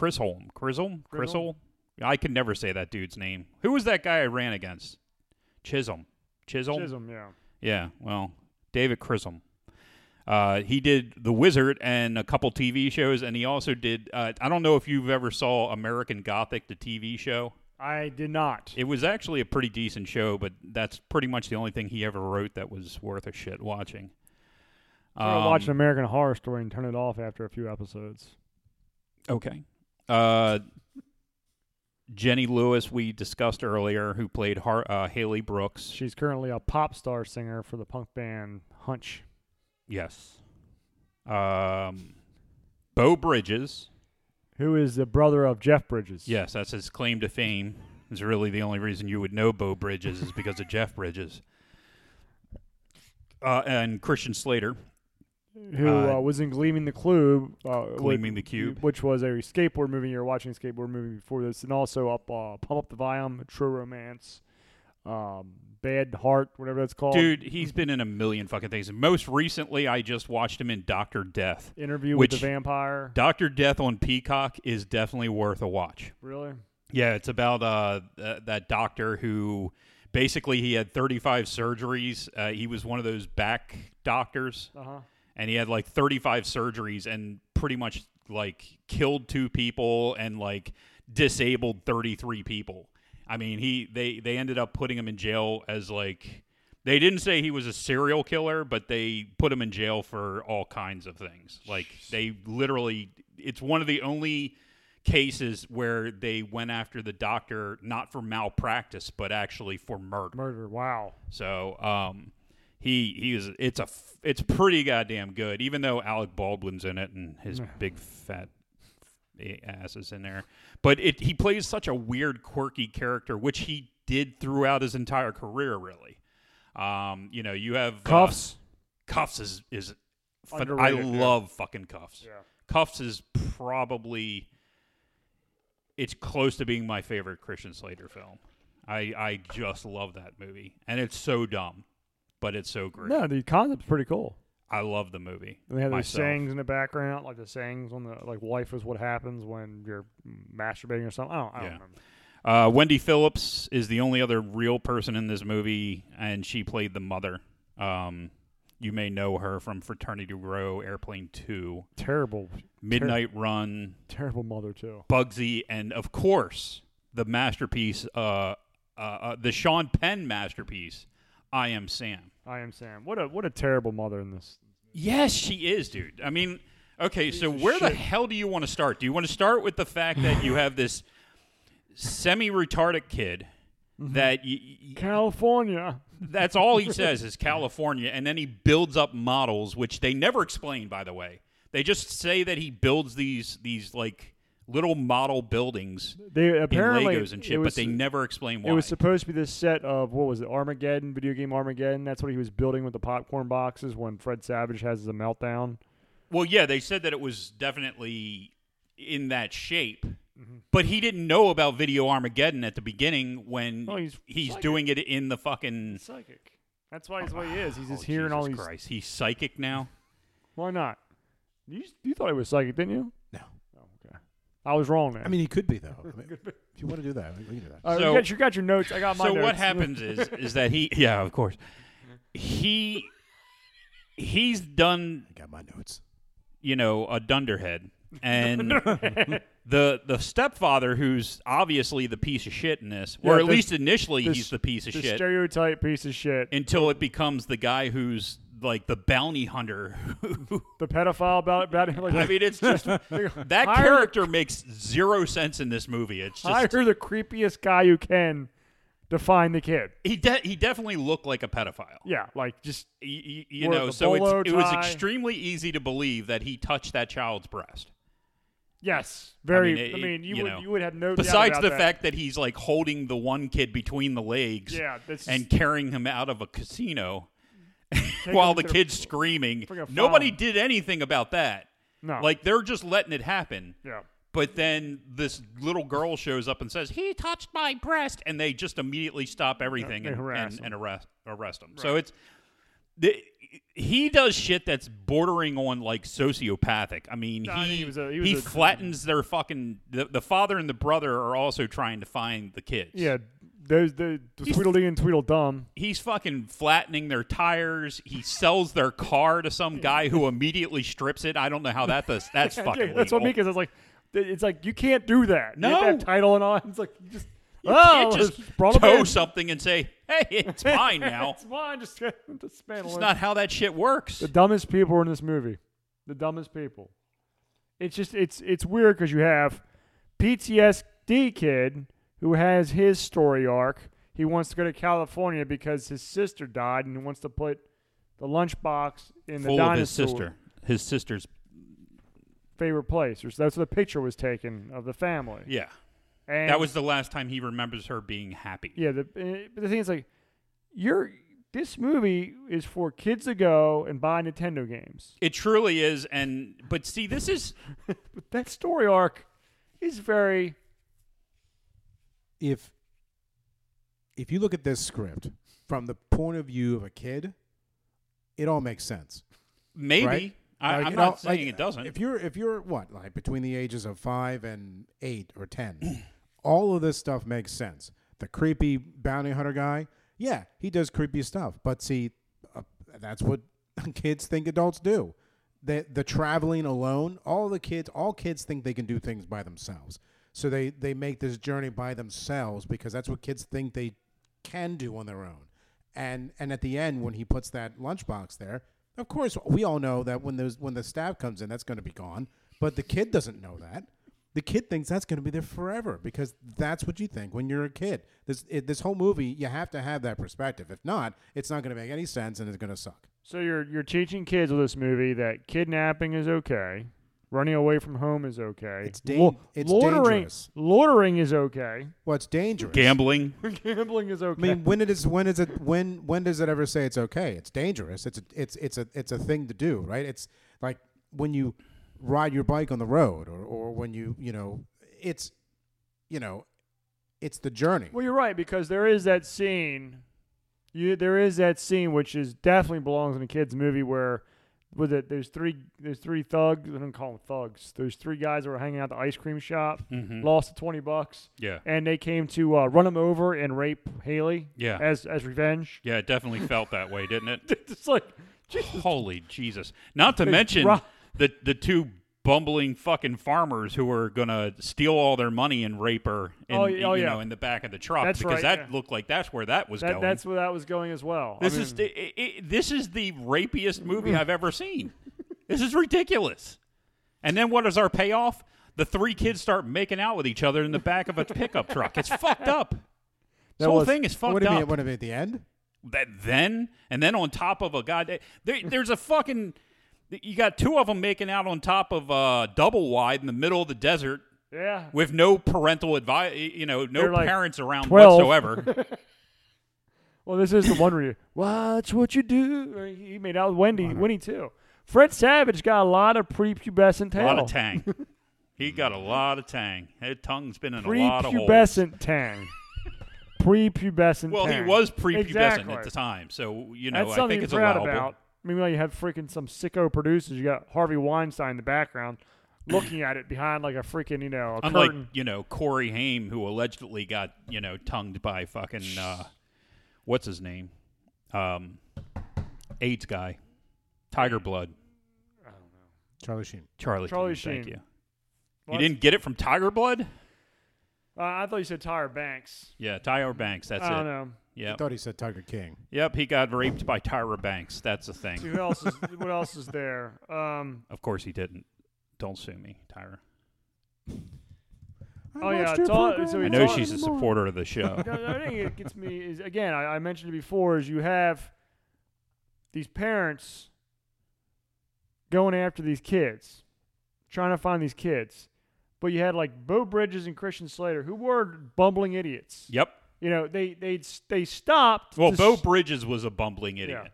S5: Chisholm. Chisholm. Chisholm. I could never say that dude's name. Who was that guy I ran against? Chisholm. Chisholm.
S4: Chisholm, yeah.
S5: Yeah. Well, David Chisholm. Uh, he did The Wizard and a couple TV shows, and he also did. Uh, I don't know if you've ever saw American Gothic, the TV show.
S4: I did not.
S5: It was actually a pretty decent show, but that's pretty much the only thing he ever wrote that was worth a shit watching.
S4: I watched watch an
S5: Um,
S4: American Horror Story and turn it off after a few episodes.
S5: Okay. Uh, Jenny Lewis, we discussed earlier, who played Har- uh, Haley Brooks.
S4: She's currently a pop star singer for the punk band Hunch.
S5: Yes. Um, Bo Bridges.
S4: Who is the brother of Jeff Bridges?
S5: Yes, that's his claim to fame. Is really the only reason you would know Bo Bridges is because of Jeff Bridges. Uh, and Christian Slater.
S4: who uh,
S5: Uh,
S4: was in Gleaming the Clue, uh, with-
S5: Gleaming the Cube.
S4: which was a skateboard movie. You're watching a skateboard movie before this, and also up uh, Pump Up the Volume, True Romance, um, Bad Heart, whatever that's called.
S5: Dude, he's been in a million fucking things. Most recently, I just watched him in Doctor Death.
S4: Interview with
S5: which-
S4: the Vampire.
S5: Doctor Death on Peacock is definitely worth a watch.
S4: really?
S5: Yeah, it's about uh, th- that doctor who basically he had 35 surgeries. Uh, he was one of those back doctors,
S4: Uh huh.
S5: and he had like 35 surgeries and pretty much like killed two people and like disabled 33 people. I mean, he they they ended up putting him in jail as like they didn't say he was a serial killer, but they put him in jail for all kinds of things. Like they literally it's one of the only cases where they went after the doctor not for malpractice but actually for murder.
S4: Murder. Wow.
S5: So um, he he is it's a f- it's pretty goddamn good. Even though Alec Baldwin's in it and his big fat ass is in there, but it he plays such a weird, quirky character, which he did throughout his entire career. Really, um, you know, you have uh,
S4: Cuffs.
S5: cuffs is is phen- I
S4: Underrated, yeah.
S5: love fucking cuffs.
S4: Yeah.
S5: Cuffs is probably it's close to being my favorite Christian Slater film. I I just love that movie, and it's so dumb, but it's so great.
S4: No, the concept's pretty cool.
S5: I love the movie.
S4: And they have those
S5: myself.
S4: sayings in the background, like the sayings on the like "Life is what happens when you're masturbating" or something. I don't, I don't
S5: Yeah.
S4: remember.
S5: Uh, Wendy Phillips is the only other real person in this movie, and she played the mother. Um, you may know her from Fraternity Row, Airplane Two,
S4: Terrible,
S5: Midnight Run,
S4: terrible mother too.
S5: Bugsy, and of course the masterpiece, uh, uh, uh, the Sean Penn masterpiece, I Am Sam.
S4: I am Sam. What a what a terrible mother in this.
S5: Yes, she is, dude. I mean, okay, so where the hell do you want to start? Do you want to start with the fact that you have this semi-retarded kid that y- y-
S4: California.
S5: that's all he says is California, and then he builds up models, which they never explain, by the way. They just say that he builds these these like little model buildings
S4: They
S5: in
S4: apparently
S5: Legos and
S4: it
S5: shit,
S4: was-
S5: but they never explain why.
S4: It was supposed to be this set of what was it, Armageddon, video game Armageddon. That's what he was building with the popcorn boxes when Fred Savage has the meltdown.
S5: well, yeah, they said that it was definitely in that shape, but he didn't know about Video Armageddon at the beginning when
S4: Well, he's
S5: Oh, he's,
S4: psychic.
S5: doing it in the fucking.
S4: Psychic. That's why he's what he is. He's just
S5: Oh,
S4: hearing
S5: Jesus
S4: all these.
S5: Christ, he's psychic now.
S4: Why not? You you thought he was psychic, didn't you?
S6: No.
S4: Oh, okay. I was wrong then.
S6: I mean, he could be though. I mean, if you want to do that, we can do that.
S4: All right,
S5: So-
S4: you, got, you got your notes. I got my
S5: so
S4: notes.
S5: what happens is is that he yeah of course he he's done
S6: I got my notes.
S5: you know a dunderhead and the the stepfather who's obviously the piece of shit in this or
S4: Yeah,
S5: at
S4: the-
S5: least initially
S4: the s-
S5: he's the piece of
S4: the
S5: shit
S4: stereotype piece of shit.
S5: until it becomes the guy who's like the bounty hunter
S4: the pedophile about about like
S5: i mean it's just that
S4: Hire-
S5: character makes zero sense in this movie it's just
S4: hire the creepiest guy you can to find the kid.
S5: he de- he definitely looked like a pedophile
S4: Yeah, like just
S5: y- y- you
S4: Wore
S5: know,
S4: the
S5: so it's,
S4: bolo
S5: it was
S4: tie.
S5: extremely easy to believe that he touched that child's breast.
S4: yes, very. I
S5: mean,
S4: mean,
S5: it-
S4: you,
S5: you
S4: would
S5: know.
S4: you would have no doubt
S5: Besides
S4: about
S5: the
S4: that.
S5: fact that he's like holding the one kid between the legs
S4: Yeah, that's
S5: and carrying him out of a casino
S4: taking
S5: while
S4: him
S5: the
S4: to
S5: kid's screaming.
S4: friggin'
S5: Nobody
S4: farm.
S5: did anything about that.
S4: no,
S5: Like they're just letting it happen.
S4: yeah,
S5: But then this little girl shows up and says, "He touched my breast," and they just immediately stop everything
S4: they
S5: and,
S4: harass
S5: and,
S4: him.
S5: and arrest arrest him. So it's the, he does shit that's bordering on like sociopathic. I mean, he
S4: No, I think he was a- he was a-
S5: flattens their fucking the, the father and the brother are also trying to find the kids.
S4: yeah. Those the, the
S5: He's-
S4: Tweedledee and Tweedledum.
S5: He's fucking flattening their tires. He sells their car to some guy who immediately strips it. I don't know how that does. That's fucking.
S4: Yeah, that's what
S5: legal.
S4: Mika says. Like, th- it's like you can't do that. you have
S5: No.
S4: to have title and all. It's like you just
S5: You
S4: oh,
S5: can't just
S4: brought him
S5: tow
S4: in.
S5: something and say, "Hey, it's mine now."
S4: it's mine. Just just spend
S5: It's not how that shit works.
S4: The dumbest people are in this movie. The dumbest people. It's just it's it's weird because you have PTSD kid who has his story arc. He wants to go to California because his sister died, and he wants to put the lunchbox in the
S5: Full
S4: dinosaur
S5: of his sister. His sister's.
S4: favorite place. Or so that's what the picture was taken of the family.
S5: Yeah,
S4: and
S5: that was the last time he remembers her being happy.
S4: yeah. The, eh, but the thing is, like, you're this movie is for kids to go and buy Nintendo games.
S5: It truly is, and but see, this is
S4: But that story arc is very
S6: if if you look at this script from the point of view of a kid, it all makes sense.
S5: maybe.
S6: Right?
S5: I,
S6: Like,
S5: I'm
S6: it
S5: not
S6: all-
S5: saying
S6: like,
S5: it doesn't.
S6: If you're if you're what like between the ages of five and eight or ten, all of this stuff makes sense. The creepy bounty hunter guy, yeah, he does creepy stuff. But see, uh, that's what kids think adults do. The the traveling alone, all the kids, all kids think they can do things by themselves. So they they make this journey by themselves because that's what kids think they can do on their own. And and at the end, when he puts that lunchbox there, of course we all know that when those when the staff comes in, that's going to be gone. But the kid doesn't know that. The kid thinks that's going to be there forever because that's what you think when you're a kid. This it, this whole movie, you have to have that perspective. If not, it's not going to make any sense and it's going to suck.
S4: So you're you're teaching kids with this movie that kidnapping is okay, running away from home is okay,
S6: It's dan-
S4: lo-
S6: it's
S4: loitering,
S6: dangerous.
S4: loitering is okay,
S6: Well, it's dangerous.
S5: Gambling.
S4: gambling is
S6: I
S4: okay.
S6: mean, when it is when is it when when does it ever say it's okay? It's dangerous. It's a, it's it's a it's a thing to do, right? It's like when you ride your bike on the road, or or when you you know it's you know it's the journey.
S4: well, you're right because there is that scene, you there is that scene which is definitely belongs in a kids movie where. With it, there's three, there's three thugs. I don't call them thugs. There's three guys that were hanging out at the ice cream shop,
S6: Mm-hmm.
S4: lost the twenty bucks,
S5: Yeah.
S4: and they came to uh, run him over and rape Haley,
S5: Yeah.
S4: as as revenge.
S5: Yeah, it definitely felt that way, didn't it?
S4: it's like, Jesus
S5: Holy Jesus! Not to
S4: Big
S5: mention
S4: rock.
S5: the the two bumbling fucking farmers who are gonna steal all their money and rape her. In,
S4: Oh, y-
S5: you
S4: oh, yeah.
S5: know, in the back of the truck
S4: That's right,
S5: because that
S4: yeah.
S5: looked like that's where that was
S4: That,
S5: going.
S4: that's where that was going as well. I
S5: this is
S4: mean,
S5: the, i i this is the rapiest movie I've ever seen. This is ridiculous. And then what is our payoff? The three kids start making out with each other in the back of a pickup truck. It's fucked up. This
S4: That
S5: whole
S4: was-
S5: thing is fucked
S6: what do
S5: up
S6: you mean? What do you mean at the end?
S5: that then and then on top of a goddamn there, there's a fucking you got two of them making out on top of uh, double wide in the middle of the desert
S4: yeah.
S5: with no parental advice you know no
S4: They're like
S5: parents around
S4: 12.
S5: whatsoever
S4: Well, this is the one where you watch what you do. Or He made out with Wendy, Winnie too. Fred Savage got a lot of prepubescent
S5: a
S4: tail.
S5: lot of tang he got a lot of tang his tongue's been in a lot of holes
S4: Prepubescent tang. prepubescent.
S5: well he
S4: tang.
S5: was prepubescent
S4: Exactly.
S5: at the time so you know
S4: That's
S5: i
S4: something
S5: think
S4: you're
S5: it's
S4: proud
S5: allowable
S4: about. Meanwhile, you have freaking some sicko producers. You got Harvey Weinstein in the background, looking at it behind like a freaking you know a
S5: Unlike
S4: curtain.
S5: you know Corey Haim, who allegedly got you know tongued by fucking uh, what's his name, um, AIDS guy, Tiger Blood,
S6: Charlie Sheen.
S5: Charlie.
S4: Charlie
S5: Sheen. Thank
S4: Sheen.
S5: you.
S4: Well,
S5: you didn't get it from Tiger Blood?
S4: Uh, I thought you said Tyra Banks.
S5: Yeah, Tyra Banks. That's
S4: I don't
S5: it.
S4: know.
S6: I
S5: Yep.
S6: thought he said Tiger King.
S5: Yep. He got raped by Tyra Banks. That's the
S4: See
S5: thing.
S4: who else is what else is there? Um,
S5: Of course he didn't. Don't sue me, Tyra.
S4: Oh, yeah, it's all- so
S5: I
S4: It's
S5: know
S4: all
S5: she's a supporter of the show.
S4: the other thing that gets me is again I, I mentioned it before is you have these parents going after these kids trying to find these kids but you had like bo bridges and christian slater who were bumbling idiots
S5: yep.
S4: you know they they they stopped
S5: Well,
S4: to
S5: Bo
S4: s-
S5: Bridges was a bumbling idiot.
S4: Yeah.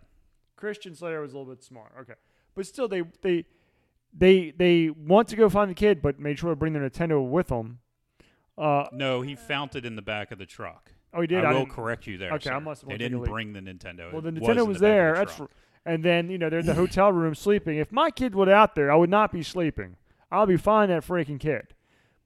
S4: christian slater was a little bit smart okay but still they they they they want to go find the kid but made sure to bring their nintendo with them uh,
S5: No, he founted in the back of the truck.
S4: oh he did
S5: I,
S4: I
S5: will
S4: didn't-
S5: correct you there.
S4: Okay, I
S5: sir.
S4: must have
S5: They
S4: went to the
S5: didn't
S4: league.
S5: bring the Nintendo.
S4: Well,
S5: It
S4: the
S5: was
S4: Nintendo
S5: in
S4: was
S5: the back
S4: there.
S5: of the
S4: That's
S5: truck.
S4: r- and then you know they're in the hotel room sleeping. If my kid were out there, I would not be sleeping. I'll be fine. That freaking kid.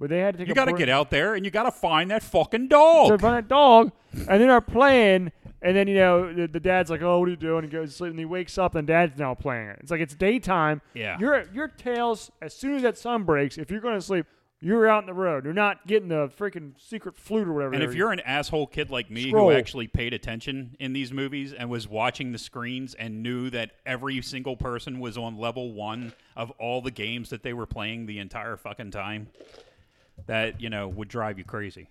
S4: But they had to take.
S5: you
S4: got
S5: got to get out there and you got to find that fucking dog.
S4: So find that dog, and then are playing. And then you know the, the dad's like, "Oh, what are you doing?" And he goes to sleep, and he wakes up, and dad's now playing it. It's like it's daytime.
S5: Yeah.
S4: Your your tails. As soon as that sun breaks, if you're going to sleep, you're out in the road. You're not getting the freaking secret flute or whatever.
S5: and
S4: they
S5: if
S4: were-
S5: you're an asshole kid like me
S4: Scroll.
S5: who actually paid attention in these movies and was watching the screens and knew that every single person was on level one of all the games that they were playing the entire fucking time, that, you know, would drive you crazy.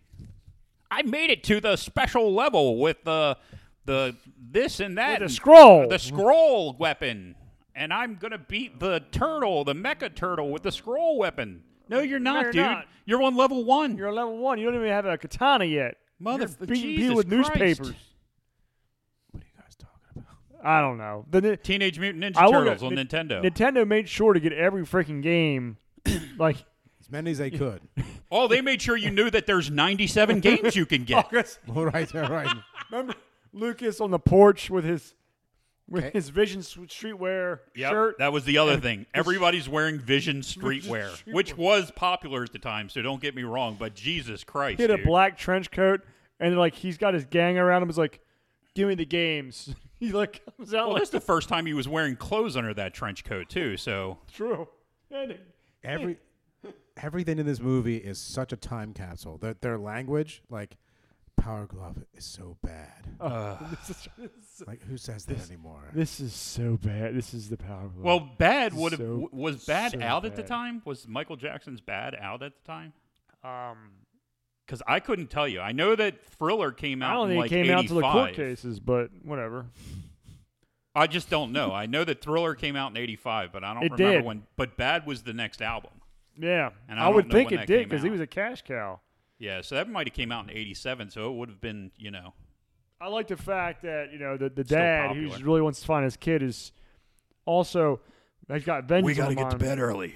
S5: I made it to the special level with the the this and that
S4: With the
S5: and-
S4: scroll.
S5: the scroll weapon and i'm gonna beat the turtle the mecha turtle with the scroll weapon no you're not
S4: you're
S5: dude
S4: not.
S5: you're on level one
S4: you're level one, you don't even have a katana yet.
S5: Mother-
S4: You're beating
S5: Jesus
S4: people with
S5: Christ.
S4: newspapers.
S6: What are you guys talking
S4: I don't know. The Ni-
S5: Teenage Mutant Ninja
S4: I look
S5: Turtles
S4: at
S5: on
S4: Ni-
S5: Nintendo.
S4: Nintendo made sure to get every freaking game. like
S6: as many as they could.
S5: oh, they made sure you knew that there's 97 games you can get.
S6: all right, all right.
S4: remember Lucas on the porch with his with
S6: Okay.
S4: his Vision s- streetwear
S5: Yep,
S4: shirt.
S5: that was the other thing. Everybody's wearing Vision streetwear, which was popular at the time. So don't get me wrong, but Jesus Christ,
S4: he had a
S5: dude.
S4: black trench coat, and like he's got his gang around him. He's like, "Give me the games." he like comes out
S5: Well,
S4: like
S5: that's the first time he was wearing clothes under that trench coat too. So
S4: true. And it-
S6: Every everything in this movie is such a time capsule. Their their language, like Power Glove, is so bad.
S4: this, is,
S6: Like who says that anymore?
S4: this is so bad. This is the power. of love.
S5: well, bad would have
S4: So-
S5: w was bad
S4: so
S5: out at the
S4: bad.
S5: time. Was Michael Jackson's bad out at the time?
S4: um,
S5: Because I couldn't tell you. I know that Thriller came out.
S4: I don't
S5: in
S4: think
S5: like
S4: it came
S5: 85.
S4: out to the court cases, but whatever.
S5: I just don't know. I know that Thriller came out in '85, but I don't
S4: It
S5: remember
S4: did.
S5: when. But Bad was the next album.
S4: Yeah,
S5: And I
S4: I,
S5: don't
S4: would
S5: know
S4: think
S5: when
S4: it
S5: that
S4: did
S5: came
S4: because he
S5: out.
S4: was a cash cow.
S5: Yeah, so that might have came out in '87. So it would have been, you know,
S4: I like the fact that you know the, the
S5: Still
S4: dad who
S5: popular.
S4: really wants to find his kid is also has got vengeance. on him.
S5: early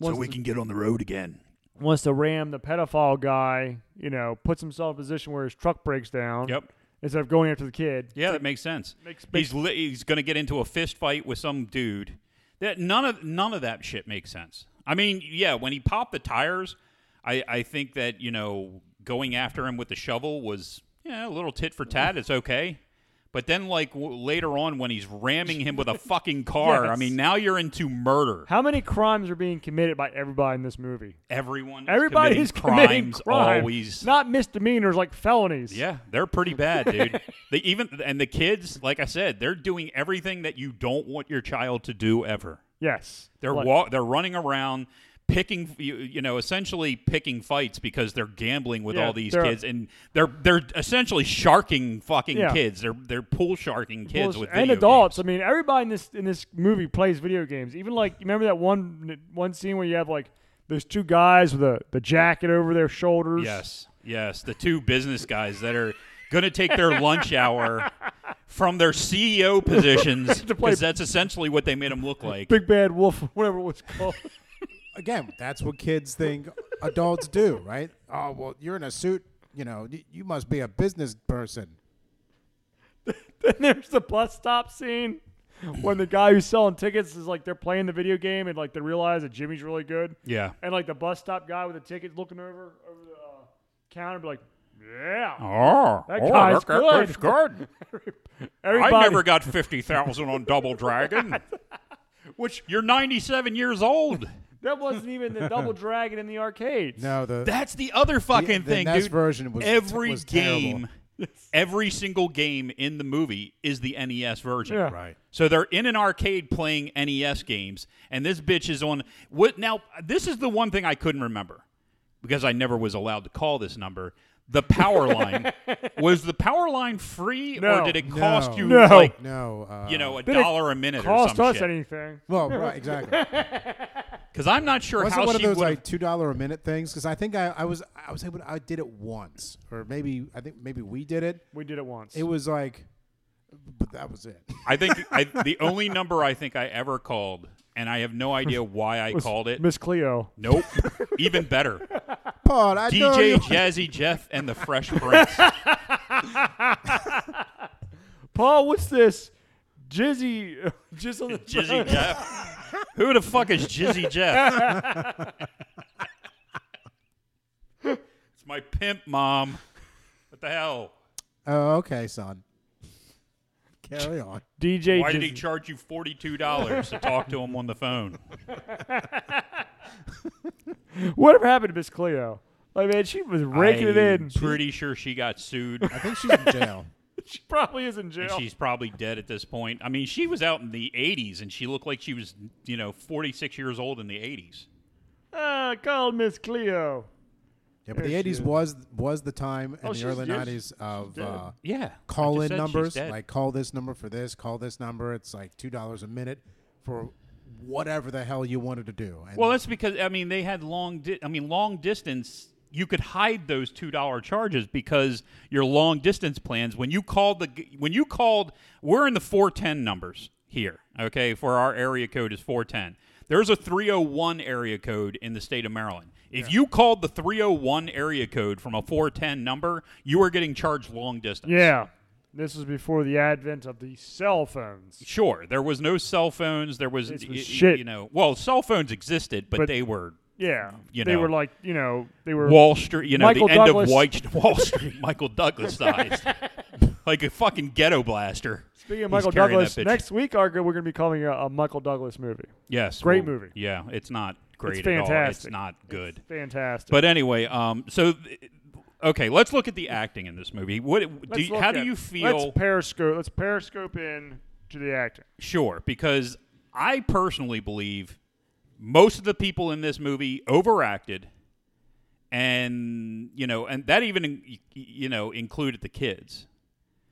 S4: Wants to-
S5: can get on the road again.
S4: wants to ram the pedophile guy. You know, puts himself in a position where his truck breaks down.
S5: Yep.
S4: Instead of going after the kid.
S5: Yeah, that makes sense.
S4: Makes-
S5: he's li- he's going to get into a fist fight with some dude. That none of none of that shit makes sense. I mean, yeah, when he popped the tires, I I think that you know going after him with the shovel was yeah a little tit for tat. It's okay. But then, like w- later on, when he's ramming him with a fucking car, I
S4: Yes.
S5: mean, now you're into murder.
S4: How many crimes are being committed by everybody in this movie?
S5: Everyone, is
S4: Everybody's
S5: committing
S4: committing
S5: crimes
S4: crime.
S5: always.
S4: not misdemeanors like felonies.
S5: Yeah, they're pretty bad, dude. they even and the kids, like I said, they're doing everything that you don't want your child to do ever.
S4: Yes.
S5: They're
S4: Like-
S5: wa- they're running around picking you, you know essentially picking fights because they're gambling with
S4: Yeah,
S5: all these
S4: they're-
S5: kids and they're they're essentially sharking fucking
S4: Yeah.
S5: kids. They're they're pool sharking kids
S4: Well,
S5: with
S4: and
S5: video
S4: adults.
S5: games.
S4: I mean, everybody in this in this movie plays video games. Even like you remember that one one scene where you have like those two guys with a the jacket over their shoulders.
S5: Yes. Yes, the two business guys that are going to take their lunch hour from their CEO positions
S4: To play-
S5: because that's essentially what they made them look like.
S4: Big bad wolf, whatever it was called.
S6: Again, that's what kids think adults do, right? Oh well, you're in a suit. You know, y- you must be a business person.
S4: then there's the bus stop scene when the guy who's selling tickets is like they're playing the video game and like they realize that Jimmy's really good.
S5: Yeah.
S4: And like the bus stop guy with the tickets looking over over the uh, counter, be like, yeah.
S5: Oh,
S4: That guy's
S5: that-
S4: good.
S5: that's good.
S4: Everybody,
S5: I never got fifty thousand on Double Dragon. Which you're ninety seven years old.
S4: that wasn't even the double dragon in the arcades.
S6: No, the
S5: That's the other fucking
S6: the
S5: thing,
S6: NES
S5: dude.
S6: version was-
S5: every
S6: was terrible.
S5: game, every single game in the movie is the NES version.
S4: Yeah.
S6: Right.
S5: So they're in an arcade playing NES games, and this bitch is on what now? This is the one thing I couldn't remember because I never was allowed to call this number. The power line was the power line free,
S4: No.
S5: or did it cost
S6: No.
S5: you
S4: No.
S5: like
S6: no, uh,
S5: you know a
S4: Did it
S5: dollar a minute or
S4: cost
S5: some
S4: us
S5: shit?
S4: anything.
S6: Well, right, exactly.
S5: Because I'm not sure
S6: Was
S5: how
S6: it one of
S5: she
S6: those
S5: would.
S6: like two dollar a minute things? Because I think I, I was I was able to, I did it once, or maybe I think maybe we did it.
S4: We did it once.
S6: It was like, but that was it.
S5: I think I, the only number I think I ever called, and I have no idea why I called it.
S4: Miss Cleo.
S5: Nope. Even better.
S6: Paul, I know
S5: DJ
S6: you-
S5: Jazzy Jeff and the Fresh Prince.
S4: Paul, what's this? Jizzy, jizz on the
S5: Jizzy Jeff. Who the fuck is Jizzy Jeff? it's my pimp mom. What the hell?
S6: Oh, okay, son. Carry on.
S4: DJ.
S5: Why did he
S4: jizzy.
S5: charge you forty-two dollars to talk to him on the phone?
S4: Whatever happened to Miss Cleo? Like man, she was raking it
S5: I'm
S4: in.
S5: Pretty sure she got sued.
S6: I think she's in jail.
S4: She probably is in
S5: And
S4: jail.
S5: she's probably dead at this point. I mean, she was out in the 80s and she looked like she was, you know, 46 years old in the 80s.
S4: Ah, called Miss Cleo.
S6: Yeah, but
S4: There she
S6: the '80s
S4: is.
S6: was was the time in
S4: Oh,
S6: the
S4: she's
S6: early
S4: dead.
S6: '90s of
S4: dead.
S6: uh,
S5: Yeah.
S6: call in numbers, like call this number for this, call this number. It's like two dollars a minute for whatever the hell you wanted to do. And
S5: well, that's because, I mean, they had long, di- I mean, long distance you could hide those two dollar charges because your long distance plans when you called the g- when you called we're in the 410 numbers here okay for our area code is 410 there's a 301 area code in the state of maryland if you called the 301 area code from a 410 number you are getting charged long distance
S4: Yeah. This is before the advent of the cell phones.
S5: sure there was no cell phones there was,
S4: This was
S5: y- y-
S4: shit.
S5: you know well cell phones existed but,
S4: But-
S5: they were
S4: Yeah.
S5: You
S4: they
S5: know.
S4: were like, you know, they were
S5: Wall Street, you know,
S4: Michael
S5: the end
S4: Douglas.
S5: of White Wall Street, Michael Douglas sized, like a fucking ghetto blaster.
S4: Speaking of
S5: He's
S4: Michael
S5: carrying that
S4: Douglas,
S5: bitch.
S4: next week, Argo, we're going to be calling a, a Michael Douglas movie.
S5: yes,
S4: great movie.
S5: Yeah, it's not great
S4: It's
S5: at all. It's
S4: fantastic.
S5: not good.
S4: Fantastic.
S5: But anyway, um, so th- okay, let's look at the acting in this movie. What do
S4: Let's
S5: you,
S4: look
S5: how do
S4: at-
S5: you feel?
S4: Let's periscope. Let's periscope in to the acting.
S5: Sure, because I personally believe most of the people in this movie overacted, and you know, and that even you know included the kids.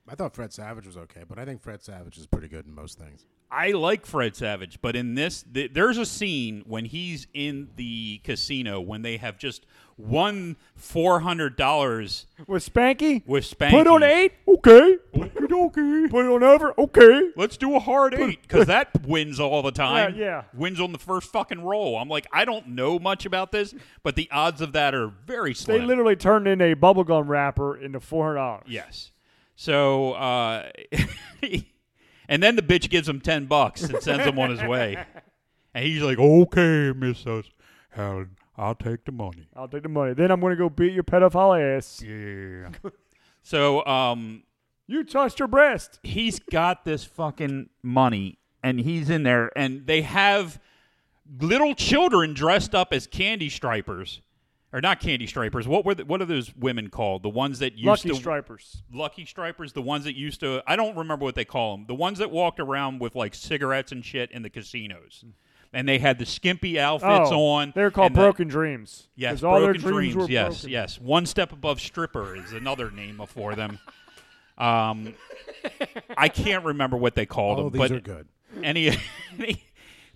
S6: I thought Fred Savage was okay, but I think Fred Savage is pretty good in most things.
S5: I like Fred Savage, but in this, th- there's a scene when he's in the casino when they have just won four hundred dollars
S4: With Spanky,
S5: with Spanky.
S4: put on eight. Okay. okay. Put it on over. Okay.
S5: Let's do a hard eight because that wins all the time.
S4: Yeah, yeah.
S5: wins on the first fucking roll. I'm like, I don't know much about this, but the odds of that are very
S4: They
S5: slim.
S4: literally turned in a bubblegum wrapper into four hundred dollars.
S5: yes. So, uh, and then the bitch gives him ten bucks and sends him on his way, and he's like, "Okay, Miss Us, Helen, I'll take the money."
S4: I'll take the money. Then I'm going to go beat your pedophile ass.
S5: Yeah. so um,
S4: You touched her breast.
S5: he's got this fucking money, and he's in there, and they have little children dressed up as candy stripers, or not candy stripers. What were the, what are those women called? The ones that used
S4: Lucky
S5: to
S4: stripers.
S5: lucky stripers, the ones that used to I don't remember what they call them, the ones that walked around with like cigarettes and shit in the casinos. And they had the skimpy outfits
S4: Hmm. oh,
S5: on.
S4: They're called
S5: and the-
S4: broken dreams.
S5: Yes,
S4: 'Cause all their
S5: broken
S4: dreams, were
S5: yes,
S4: broken.
S5: yes. One step above stripper is another name for them. Um, I can't remember what they called
S4: Oh,
S6: All of
S5: them,
S6: these
S5: but
S6: are good.
S5: any, any-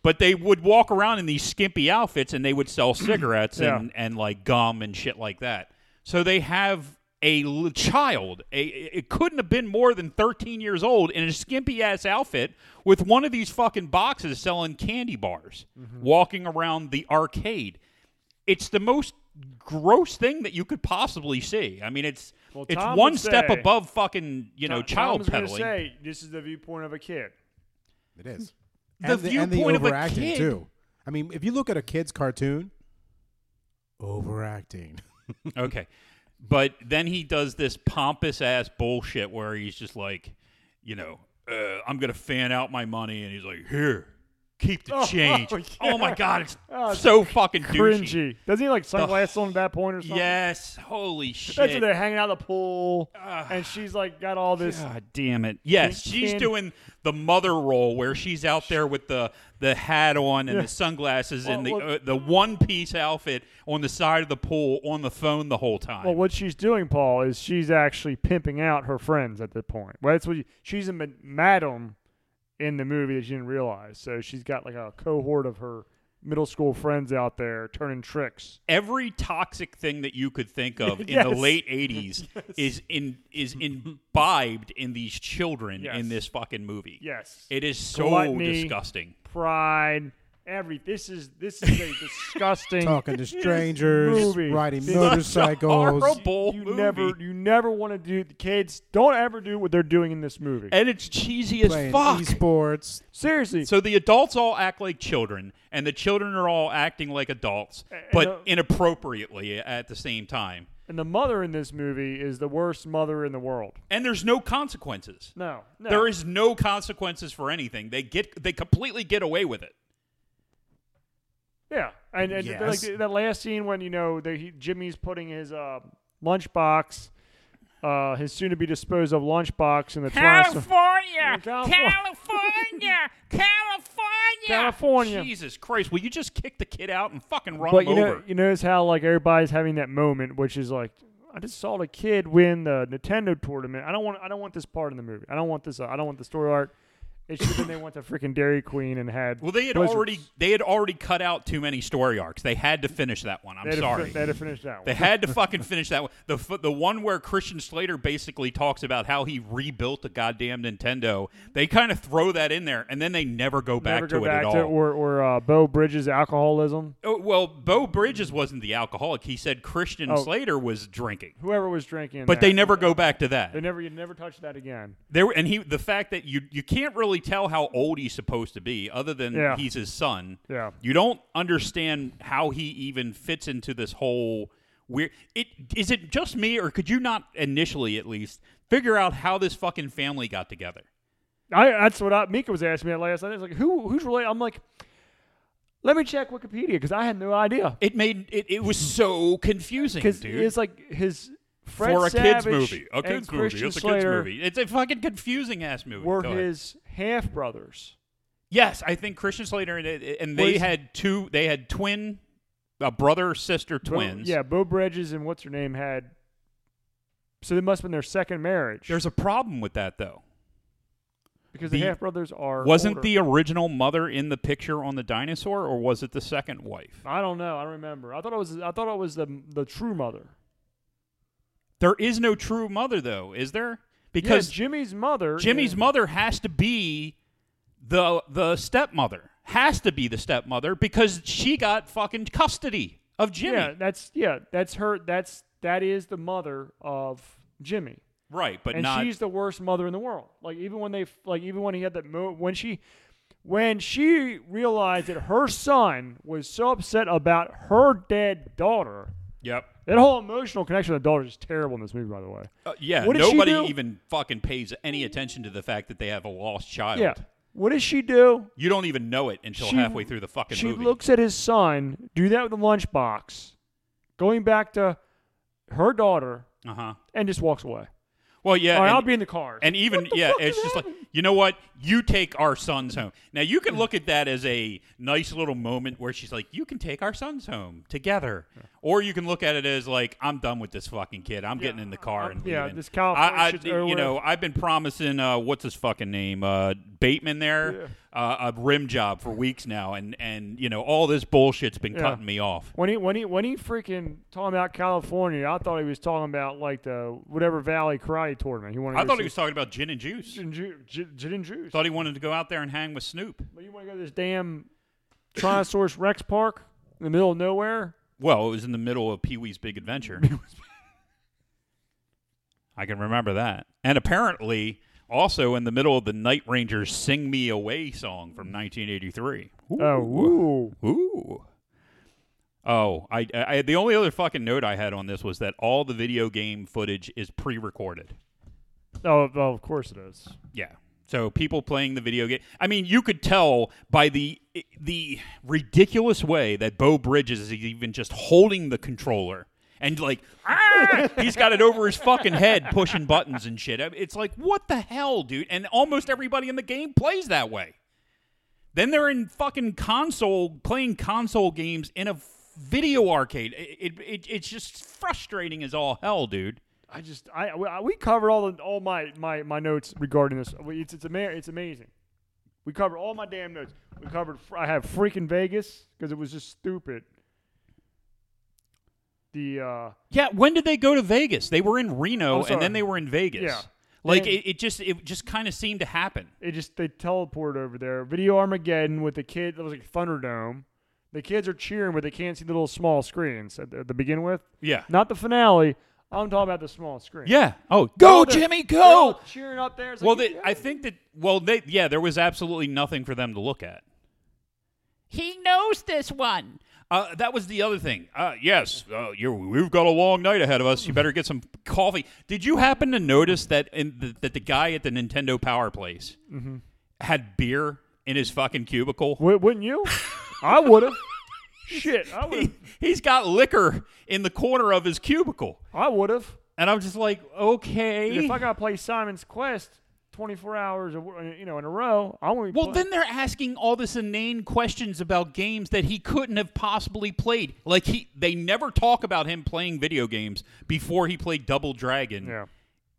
S5: but they would walk around in these skimpy outfits and they would sell cigarettes
S4: Yeah.
S5: and and like gum and shit like that. So they have a l- child, a, it couldn't have been more than 13 years old in a skimpy ass outfit with one of these fucking boxes selling candy bars
S4: Mm-hmm.
S5: walking around the arcade. It's the most gross thing that you could possibly see. I mean it's
S4: Well,
S5: it's
S4: Tom
S5: one
S4: would
S5: step
S4: say-
S5: above fucking, you know,
S4: Tom-
S5: child
S4: Tom's gonna
S5: peddling.
S4: say this is the viewpoint of a kid.
S6: It is.
S5: The
S6: and the, and the
S5: viewpoint of a
S6: overacting
S5: kid.
S6: too. I mean, if you look at a kid's cartoon, overacting.
S5: Okay. But then he does this pompous ass bullshit where he's just like, you know, uh, I'm going to fan out my money. And he's like, here, keep the
S4: Oh,
S5: change.
S4: oh,
S5: Oh,
S4: yeah.
S5: my God. It's
S4: Oh, it's
S5: so fucking douchey.
S4: Cringy. Doesn't he like sunglasses on at that point or something?
S5: Yes. Holy shit.
S4: That's when they're hanging out at the pool,
S5: Ah.
S4: and she's like got all this.
S5: God damn it. Yes,
S4: Can-
S5: she's
S4: can-
S5: doing the mother role where she's out there with the, the hat on and the sunglasses and the,
S4: Well, well-
S5: uh, the one piece outfit on the side of the pool on the phone the whole time.
S4: Well, what she's doing, Paul, is she's actually pimping out her friends at that point. Well, that's what you, she's a ma- madam in the movie that you didn't realize. So she's got like a cohort of her middle school friends out there turning tricks.
S5: every toxic thing that you could think of in the
S4: Yes.
S5: late 80s is in is imbibed in these children
S4: Yes.
S5: in this fucking movie.
S4: Yes,
S5: It is so
S4: Gluttony.
S5: disgusting.
S4: pride, every. This is this is a disgusting.
S6: Talking to strangers,
S4: movie.
S6: riding
S4: It's such a
S6: motorcycles.
S5: Horrible
S4: you
S5: movie.
S4: never, you never want to do. Kids, don't ever do what they're doing in this movie.
S5: and it's cheesy as
S6: playing
S5: fuck.
S6: esports.
S4: Seriously,
S5: So the adults all act like children, and the children are all acting like adults, but
S4: uh,
S5: inappropriately at the same time.
S4: And the mother in this movie is the worst mother in the world.
S5: And there's no consequences.
S4: No, no.
S5: There is no consequences for anything. They get they completely get away with it.
S4: yeah, and, and
S6: Yes.
S4: like that last scene when you know the, he, Jimmy's putting his uh, lunchbox, uh, his soon-to-be disposed of lunchbox in the California, California, California, California.
S5: Jesus Christ! Will you just kick the kid out and fucking run
S4: But
S5: him
S4: you know,
S5: over?
S4: you notice how like everybody's having that moment, which is like, I just saw the kid win the Nintendo tournament. I don't want, I don't want this part in the movie. I don't want this. uh, I don't want the story arc. It should have been they went to freaking Dairy Queen and had.
S5: Well, they had
S4: Blizzards.
S5: already they had already cut out too many story arcs. They had to finish that one. I'm
S4: They had to
S5: sorry.
S4: fin- they had to finish that one.
S5: They had to fucking finish that one. The f- the one where Christian Slater basically talks about how he rebuilt the goddamn Nintendo. They kind of throw that in there, and then they never go back
S4: Never
S5: to
S4: go
S5: it
S4: back
S5: at
S4: to it.
S5: all.
S4: Or, or uh, Bo Bridges' alcoholism.
S5: Oh, well, Bo Bridges wasn't the alcoholic. He said Christian
S4: Oh.
S5: Slater was drinking,
S4: Whoever was drinking.
S5: but
S4: that.
S5: they never go back to that.
S4: They never. You never touch that again.
S5: There and he the fact that you you can't really tell how old he's supposed to be, other than
S4: Yeah.
S5: he's his son.
S4: Yeah.
S5: You don't understand how he even fits into this whole weird. It is it just me, or could you not initially at least figure out how this fucking family got together?
S4: I that's what I, Mika was asking me that last night. I was like, who who's related? I'm like, let me check Wikipedia because I had no idea.
S5: It made it, it was so confusing,
S4: Because
S5: dude.
S4: it's like his Fred
S5: for a
S4: Savage
S5: kids movie, a
S4: and
S5: kids
S4: Christian
S5: movie, it's a kids
S4: Slater
S5: movie. It's a fucking confusing ass movie.
S4: Were
S5: Go ahead.
S4: his half brothers?
S5: Yes, I think Christian Slater and and they
S4: Was-
S5: had two. They had twin, a brother sister twins.
S4: yeah, Bo Bridges and what's her name had. So it must have been their second marriage.
S5: There's a problem with that though.
S4: because
S5: the-
S4: the half brothers are
S5: Wasn't
S4: older.
S5: the original mother in the picture on the dinosaur, or was it the second wife?
S4: I don't know. I don't remember. I thought it was. I thought it was the the true mother.
S5: There is no true mother though, is there?
S4: Yeah,
S5: Because
S4: Jimmy's mother.
S5: Jimmy's
S4: yeah.
S5: mother has to be the the stepmother. Has to be the stepmother because she got fucking custody of Jimmy.
S4: Yeah, that's yeah. That's her. That's that is the mother of Jimmy.
S5: Right, but
S4: and
S5: not
S4: she's the worst mother in the world. Like even when they like even when he had that mo- when she when she realized that her son was so upset about her dead daughter.
S5: Yep.
S4: That whole emotional connection with the daughter is terrible in this movie, by the way.
S5: Uh, yeah,
S4: What did she
S5: nobody
S4: do?
S5: even fucking pays any attention to the fact that they have a lost child.
S4: Yeah. What does she do?
S5: You don't even know it until
S4: She-
S5: halfway through the fucking
S4: she
S5: movie.
S4: looks at his son do that with the lunchbox, going back to her daughter,
S5: uh huh.
S4: and just walks away.
S5: Well, yeah.
S4: All right,
S5: and-
S4: I'll be in the car.
S5: And even yeah, it's just like you know what? You take our sons home. Now you can look at that as a nice little moment where she's like, "You can take our sons home together," or you can look at it as like, "I'm done with this fucking kid. I'm getting in the car and
S4: yeah,
S5: leaving."
S4: this California
S5: I, I,
S4: shit's
S5: you know,
S4: everywhere.
S5: I've been promising uh, what's his fucking name uh, Bateman there uh, a rim job for weeks now, and and you know all this bullshit's been
S4: Yeah.
S5: cutting me off.
S4: When he when he when he freaking talking about California, I thought he was talking about like the whatever Valley Karate tournament. He wanted.
S5: I
S4: to go
S5: thought he
S4: see
S5: was talking about gin and juice.
S4: gin, and ju- gin, gin and juice.
S5: Thought he wanted to go out there and hang with Snoop.
S4: but you want to go to this damn Tyrannosaurus Rex Park in the middle of nowhere?
S5: Well, it was in the middle of Pee Wee's Big Adventure. I can remember that. And apparently, also in the middle of the Night Ranger's Sing Me Away song from 1983. Ooh.
S4: Oh, ooh.
S5: Ooh. Oh, I, I the only other fucking note I had on this was that all the video game footage is pre-recorded.
S4: Oh, well, of course it is.
S5: Yeah. So people playing the video game. I mean, you could tell by the the ridiculous way that Bo Bridges is even just holding the controller and like "Ah!" he's got it over his fucking head pushing buttons and shit. I- It's like what the hell, dude? And almost everybody in the game plays that way. Then they're in fucking console playing console games in a video arcade. It, it, it it's just frustrating as all hell, dude.
S4: I just I we- I- we covered all the, all my, my my notes regarding this. We- It's it's, ama- it's amazing. We covered all my damn notes. We covered. fr- I have freaking Vegas because it was just stupid. The uh,
S5: Yeah, when did they go to Vegas? They were in Reno
S4: I'm
S5: and
S4: sorry.
S5: then they were in Vegas.
S4: Yeah.
S5: Like
S4: They-
S5: it, it just it just kind of seemed to happen.
S4: It just they teleport over there. Video Armageddon with the kid. That was like Thunderdome. The kids are cheering, but they can't see the little small screens at the, at the begin with.
S5: Yeah.
S4: Not the finale. I'm talking about the small screen.
S5: Yeah. Oh, go
S4: They're-
S5: Jimmy,
S4: they're all
S5: go.
S4: cheering up there. It's
S5: Well,
S4: like,
S5: they, I think that well they yeah, there was absolutely nothing for them to look at. He knows this one. Uh, that was the other thing. Uh, yes, uh, you we've got a long night ahead of us. You better get some coffee. Did you happen to notice that in the, that the guy at the Nintendo Power Place had beer in his fucking cubicle?
S4: Wou- wouldn't you? I would have. Shit, I would.
S5: he, he's got liquor in the corner of his cubicle.
S4: I would have.
S5: And I'm just like, okay.
S4: If I gotta play Simon's Quest 24 hours, a wo- you know, in a row, I want.
S5: Well, then they're asking all this inane questions about games that he couldn't have possibly played. Like he, they never talk about him playing video games before he played Double Dragon
S4: Yeah,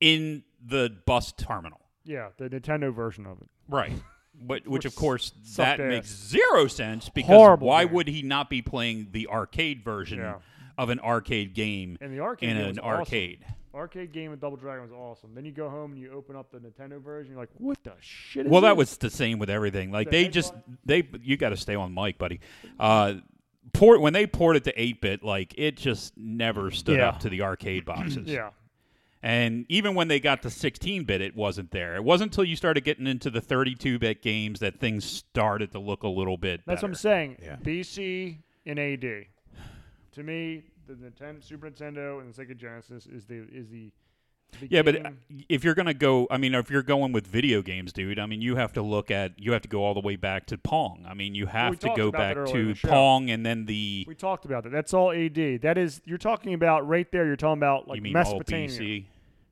S5: in the bus terminal.
S4: yeah, the Nintendo version of it.
S5: Right. But, which, of
S4: Which
S5: course,
S4: sucked
S5: that makes
S4: ass.
S5: zero sense because
S4: Horrible
S5: why
S4: game.
S5: would he not be playing the arcade version
S4: Yeah.
S5: of an arcade game
S4: And the arcade
S5: in
S4: game
S5: an
S4: was awesome.
S5: arcade?
S4: Arcade game of Double Dragon was awesome. Then you go home and you open up the Nintendo version. You're like, what the shit? Is
S5: Well, that
S4: this?
S5: was the same with everything. Like
S4: The
S5: they
S4: head
S5: just
S4: button?
S5: they you got to stay on mic, buddy. Uh, port when they ported to eight bit, like it just never stood
S4: Yeah.
S5: up to the arcade boxes.
S4: yeah.
S5: And even when they got to 16 bit, it wasn't there. It wasn't until you started getting into the 32 bit games that things started to look a little bit.
S4: That's what I'm
S5: better.
S4: saying.
S6: Yeah.
S4: BC and AD. To me, the Nintendo, Super Nintendo and the Sega Genesis is the is the, the
S5: Yeah, but uh,
S4: game-
S5: if you're gonna go, I mean, if you're going with video games, dude, I mean, you have to look at, you have to go all the way back to Pong. I mean, you have to
S4: talked
S5: go
S4: about that
S5: back
S4: earlier in
S5: to
S4: the show.
S5: Pong and then the.
S4: we talked about that. That's all AD. That is you're talking about right there. You're talking about like
S5: you mean
S4: Mesopotamia.
S5: all
S4: You're
S5: BC,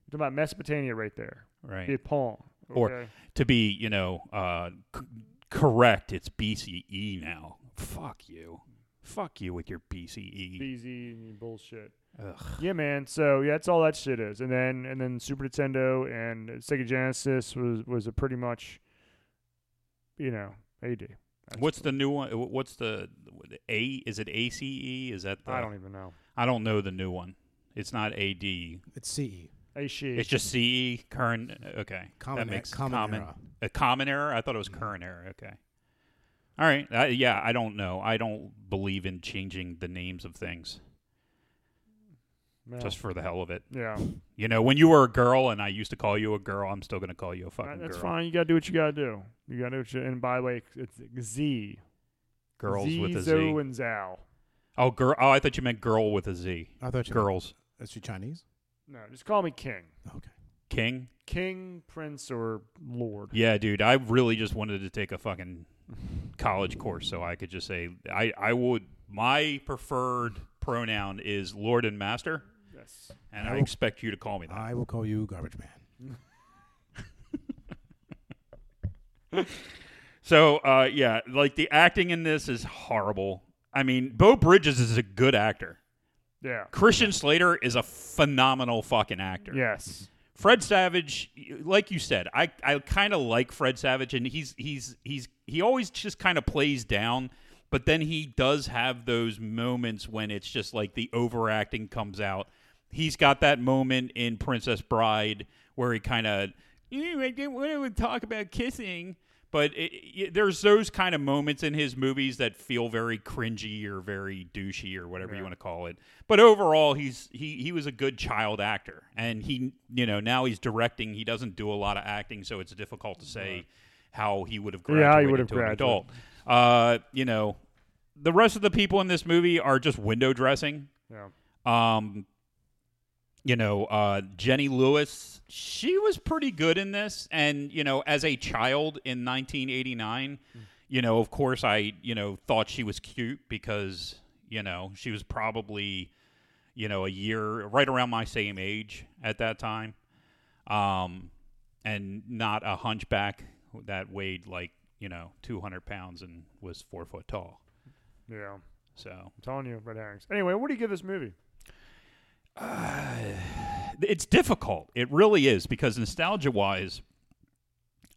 S4: talking about Mesopotamia right there.
S5: right?
S4: The Pong.
S5: Or-
S4: okay?
S5: to be, you know, uh, c- correct, it's BCE now. Fuck you, fuck you with your E. BCE.
S4: BZ and your E bullshit.
S5: Ugh.
S4: Yeah, man. So yeah, that's all that shit is. And then and then Super Nintendo and Sega Genesis was was a pretty much, you know, AD. That's-
S5: What's the new one? wh- What's the the A? Is it ACE? Is that the?
S4: I don't e-, even know.
S5: I don't know the new one. It's not AD.
S6: It's E CE.
S4: A she.
S5: It's just CE current. Okay,
S6: Common,
S5: that
S6: e-
S5: makes
S6: common, era. Mm-hmm.
S5: a common error. I thought it was current error. Okay. All right. I, yeah, I don't know. I don't believe in changing the names of things
S4: No.
S5: just for the hell of it.
S4: yeah.
S5: You know, when you were a girl and I used to call you a girl, I'm still gonna call you a
S4: That-
S5: fucking
S4: that's
S5: girl.
S4: fine. You gotta do what you gotta do. You gotta do what you. And by the way, it's Z.
S5: Girls
S4: Z,
S5: with a Z.
S4: Zo, and Zao.
S5: oh, girl. Oh, I thought you meant girl with a Z.
S6: I thought you
S5: Girls.
S6: Is she Chinese?
S4: No, just call me King,
S6: Okay.
S5: King.
S4: King, Prince, or Lord.
S5: Yeah, dude, I really just wanted to take a fucking college course so I could just say I I would my preferred pronoun is lord and master
S4: Yes.
S5: and
S6: I
S5: I
S6: will-
S5: expect you to call me that.
S6: Oh. I will call you garbage man.
S5: So, uh yeah, like the acting in this is horrible. I mean, Bo Bridges is a good actor.
S4: Yeah.
S5: Christian Slater is a phenomenal fucking actor.
S4: Yes.
S5: Fred Savage, like you said, I, I kind of like Fred Savage, and he's he's he's he always just kind of plays down, but then he does have those moments when it's just like the overacting comes out. He's got that moment in Princess Bride where he kind of I didn't want to talk about kissing, but it, it, there's those kind of moments in his movies that feel very cringy or very douchey or whatever you want to call it. But overall, he's he he was a good child actor, and he you know now he's directing. He doesn't do a lot of acting, so it's difficult to say how he would have
S4: Yeah,
S5: graduated
S4: how he would have
S5: to
S4: graduated.
S5: an adult. Uh, you know, the rest of the people in this movie are just window dressing.
S4: Yeah.
S5: Um, you know, uh, Jenny Lewis, she was pretty good in this. And, you know, as a child in 1989, you know, of course, I, you know, thought she was cute because, you know, she was probably, you know, a year right around my same age at that time. Um, and not a hunchback that weighed like, you know, 200 pounds and was four foot tall.
S4: Yeah. I'm
S5: So
S4: telling you, red herrings. Anyway, what do you give this movie?
S5: it's difficult. It really is because nostalgia wise,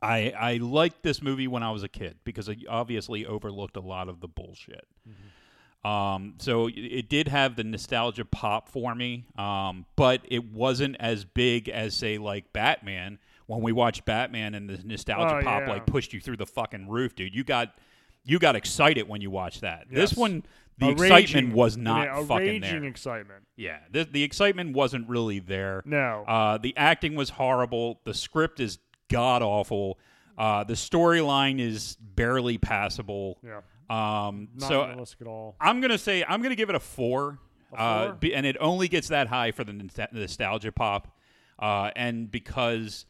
S5: I I liked this movie when I was a kid because I obviously overlooked a lot of the bullshit.
S4: Mm-hmm.
S5: Um, so it- it did have the nostalgia pop for me, um, but it wasn't as big as say like Batman. When we watched Batman and the nostalgia
S4: Oh,
S5: pop
S4: yeah.
S5: like pushed you through the fucking roof, dude. You got you got excited when you watched that.
S4: Yes.
S5: This one, the
S4: A
S5: excitement
S4: raging-
S5: was
S4: I mean,
S5: not
S4: a
S5: fucking
S4: raging
S5: there.
S4: excitement.
S5: yeah, the, the excitement wasn't really there.
S4: No.
S5: Uh, the acting was horrible. The script is god awful. Uh, the storyline is barely passable.
S4: yeah.
S5: Um,
S4: Not
S5: so
S4: realistic at all.
S5: I'm gonna say I'm gonna give it a four, Uh,
S4: four?
S5: be- and it only gets that high for the nostal- nostalgia pop, uh, and because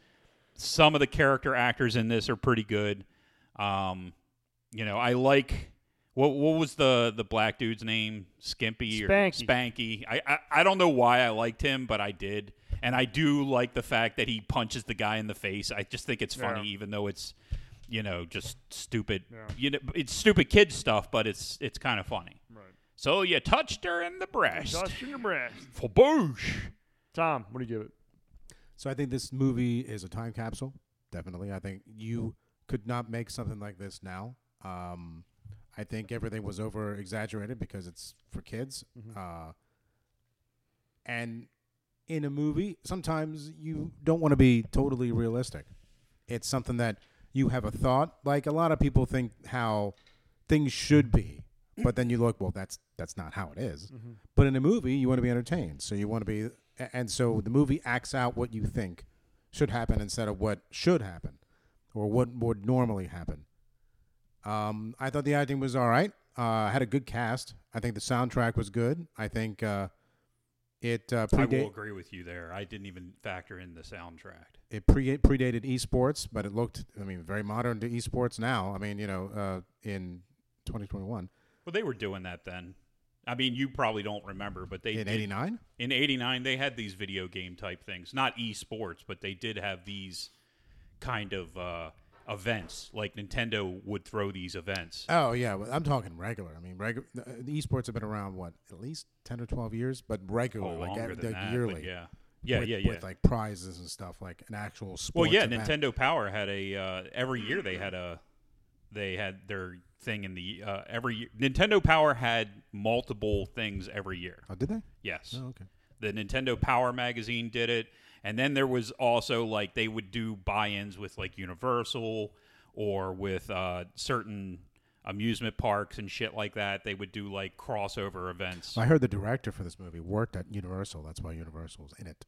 S5: some of the character actors in this are pretty good. Um, you know, I like what what was the the black dude's name? Skimpy or
S4: Spanky.
S5: Spanky? I, I I don't know why I liked him, but I did, and I do like the fact that he punches the guy in the face. I just think it's funny,
S4: Yeah.
S5: even though it's you know just stupid
S4: Yeah.
S5: you know it's stupid kid stuff but it's it's kind of funny
S4: Right.
S5: so you touched her in the breast
S4: Dust in your breast.
S5: for boosh
S4: Tom, what do you give it?
S6: So I think this movie is a time capsule. Definitely, I think you could not make something like this now. Um, I think everything was over exaggerated because it's for kids. Uh, and in a movie, sometimes you don't want to be totally realistic. It's something that you have a thought. Like a lot of people think how things should be, but then you look, well, that's that's not how it is. But in a movie, you want to be entertained, so you want to be, a- and so the movie acts out what you think should happen instead of what should happen or what would normally happen. Um, I thought the acting was all right. Uh, had a good cast. I think the soundtrack was good. I think uh, it uh,
S5: I
S6: predate-
S5: will agree with you there. I didn't even factor in the soundtrack.
S6: it pre- predated esports, but it looked, I mean, very modern to esports now. I mean, you know, uh, in 2021,
S5: Well, they were doing that then. I mean, you probably don't remember, but they
S6: in
S5: did-
S6: '89.
S5: in '89 they had these video game type things, not esports, but they did have these kind of uh, events. Like Nintendo would throw these events.
S6: Oh yeah, well, I'm talking regular. I mean, regular. The esports have been around what at least 10 or 12 years, but regular,
S5: Oh,
S6: like
S5: longer
S6: ev-
S5: than
S6: like,
S5: that, but
S6: yearly.
S5: yeah, yeah,
S6: with,
S5: yeah, yeah.
S6: With like prizes and stuff, like an actual sports.
S5: well, yeah,
S6: event.
S5: Nintendo Power had a uh, every year they had a they had their thing in the uh, every year. Nintendo Power had multiple things every year.
S6: Oh, did they?
S5: Yes.
S6: Oh, okay.
S5: the Nintendo Power magazine did it, and then there was also like they would do buy-ins with like Universal or with uh, certain amusement parks and shit like that. They would do like crossover events.
S6: I heard the director for this movie worked at Universal. That's why Universal was in it.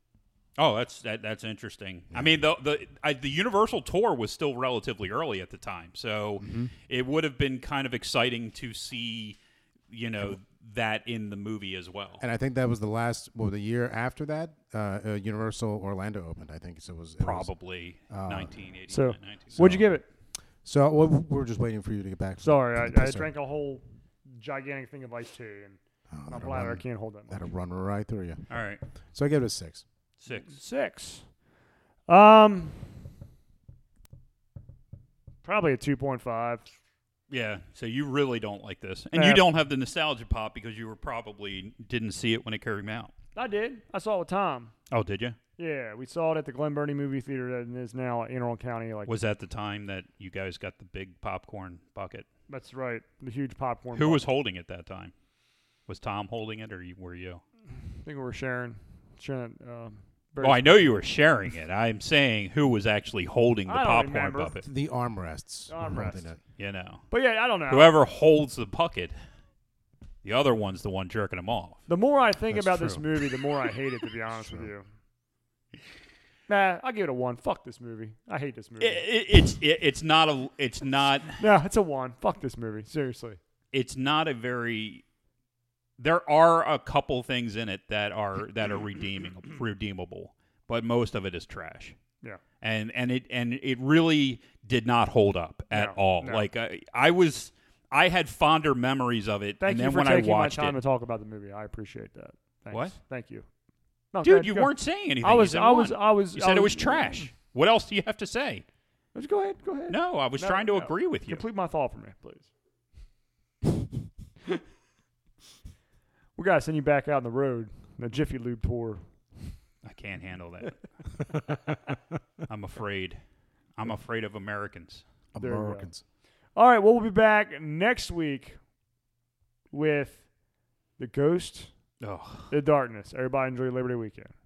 S5: Oh, that's that, that's interesting. I mean, the the I, the Universal tour was still relatively early at the time, so it would have been kind of exciting to see, you know, that in the movie as well.
S6: And I think that was the last, well, the year after that, uh, uh, Universal Orlando opened. I think so. It was it was-
S5: Probably 1989.
S4: So,
S5: 1990.
S4: what'd you give it?
S6: So well, we're just waiting for you to get back. from-
S4: Sorry,
S6: from the
S4: I, I
S6: pisser.
S4: drank a whole gigantic thing of iced tea, and
S6: Oh,
S4: my
S6: that'll
S4: bladder
S6: run-
S4: can't hold that much.
S6: That'll run right through you.
S5: All right,
S6: So I gave it a six.
S5: six.
S4: Six. Um, probably a two point five.
S5: Yeah, so you really don't like this, and
S4: Yeah.
S5: you don't have the nostalgia pop because you were probably didn't see it when it came out.
S4: I did. I saw it with Tom.
S5: Oh, did you?
S4: Yeah, we saw it at the Glen Burnie Movie Theater that is now in Emerald County. Like
S5: Was that the time that you guys got the big popcorn bucket?
S4: that's right, the huge popcorn.
S5: Who
S4: bowl.
S5: was holding it that time? Was Tom holding it, or you- were you?
S4: I think we were sharing. Sharon. Um,
S5: Oh, I know you were sharing it. I'm saying who was actually holding the
S4: I don't
S5: popcorn
S4: remember.
S5: bucket.
S6: The armrests. were
S4: Armrest.
S6: holding it.
S5: You know,
S4: But yeah, I don't know.
S5: whoever holds the bucket, the other one's the one jerking them off.
S4: The more I think
S6: That's
S4: about this
S6: true.
S4: movie, the more I hate it. To be honest with you.
S6: Sure.
S4: Nah, I'll give it a one. Fuck this movie. I hate this
S5: It,
S4: movie.
S5: it, it's it, it's not a it's not
S4: no, it's a one. Fuck this movie. Seriously.
S5: it's not a very there are a couple things in it that are that are redeeming redeemable but most of it is trash
S4: Yeah.
S5: and and it and it really did not hold up at
S4: No,
S5: all
S4: no.
S5: like I, I was i had fonder memories of it
S4: Thank
S5: and
S4: you
S5: then
S4: for
S5: when i
S4: taking
S5: watched
S4: my time
S5: it
S4: to talk about the movie. I appreciate that. Thanks.
S5: What?
S4: Thank you. No, go
S5: dude
S4: ahead,
S5: you
S4: go.
S5: weren't saying anything
S4: I
S5: You
S4: was.
S5: said
S4: I was.
S5: one.
S4: I was.
S5: you
S4: I
S5: said it was trash what else do you have to say
S4: Let's go ahead. Go ahead.
S5: no i was
S4: No,
S5: trying to
S4: no.
S5: agree with you
S4: Complete my thought for me, please. we gotta send you back out on the road. The Jiffy Lube tour.
S5: i can't handle that i'm afraid i'm afraid of americans
S4: There you go.
S6: Americans.
S4: All right, well, we'll be back next week with the ghost,
S5: oh
S4: the darkness. Everybody enjoy Liberty Weekend.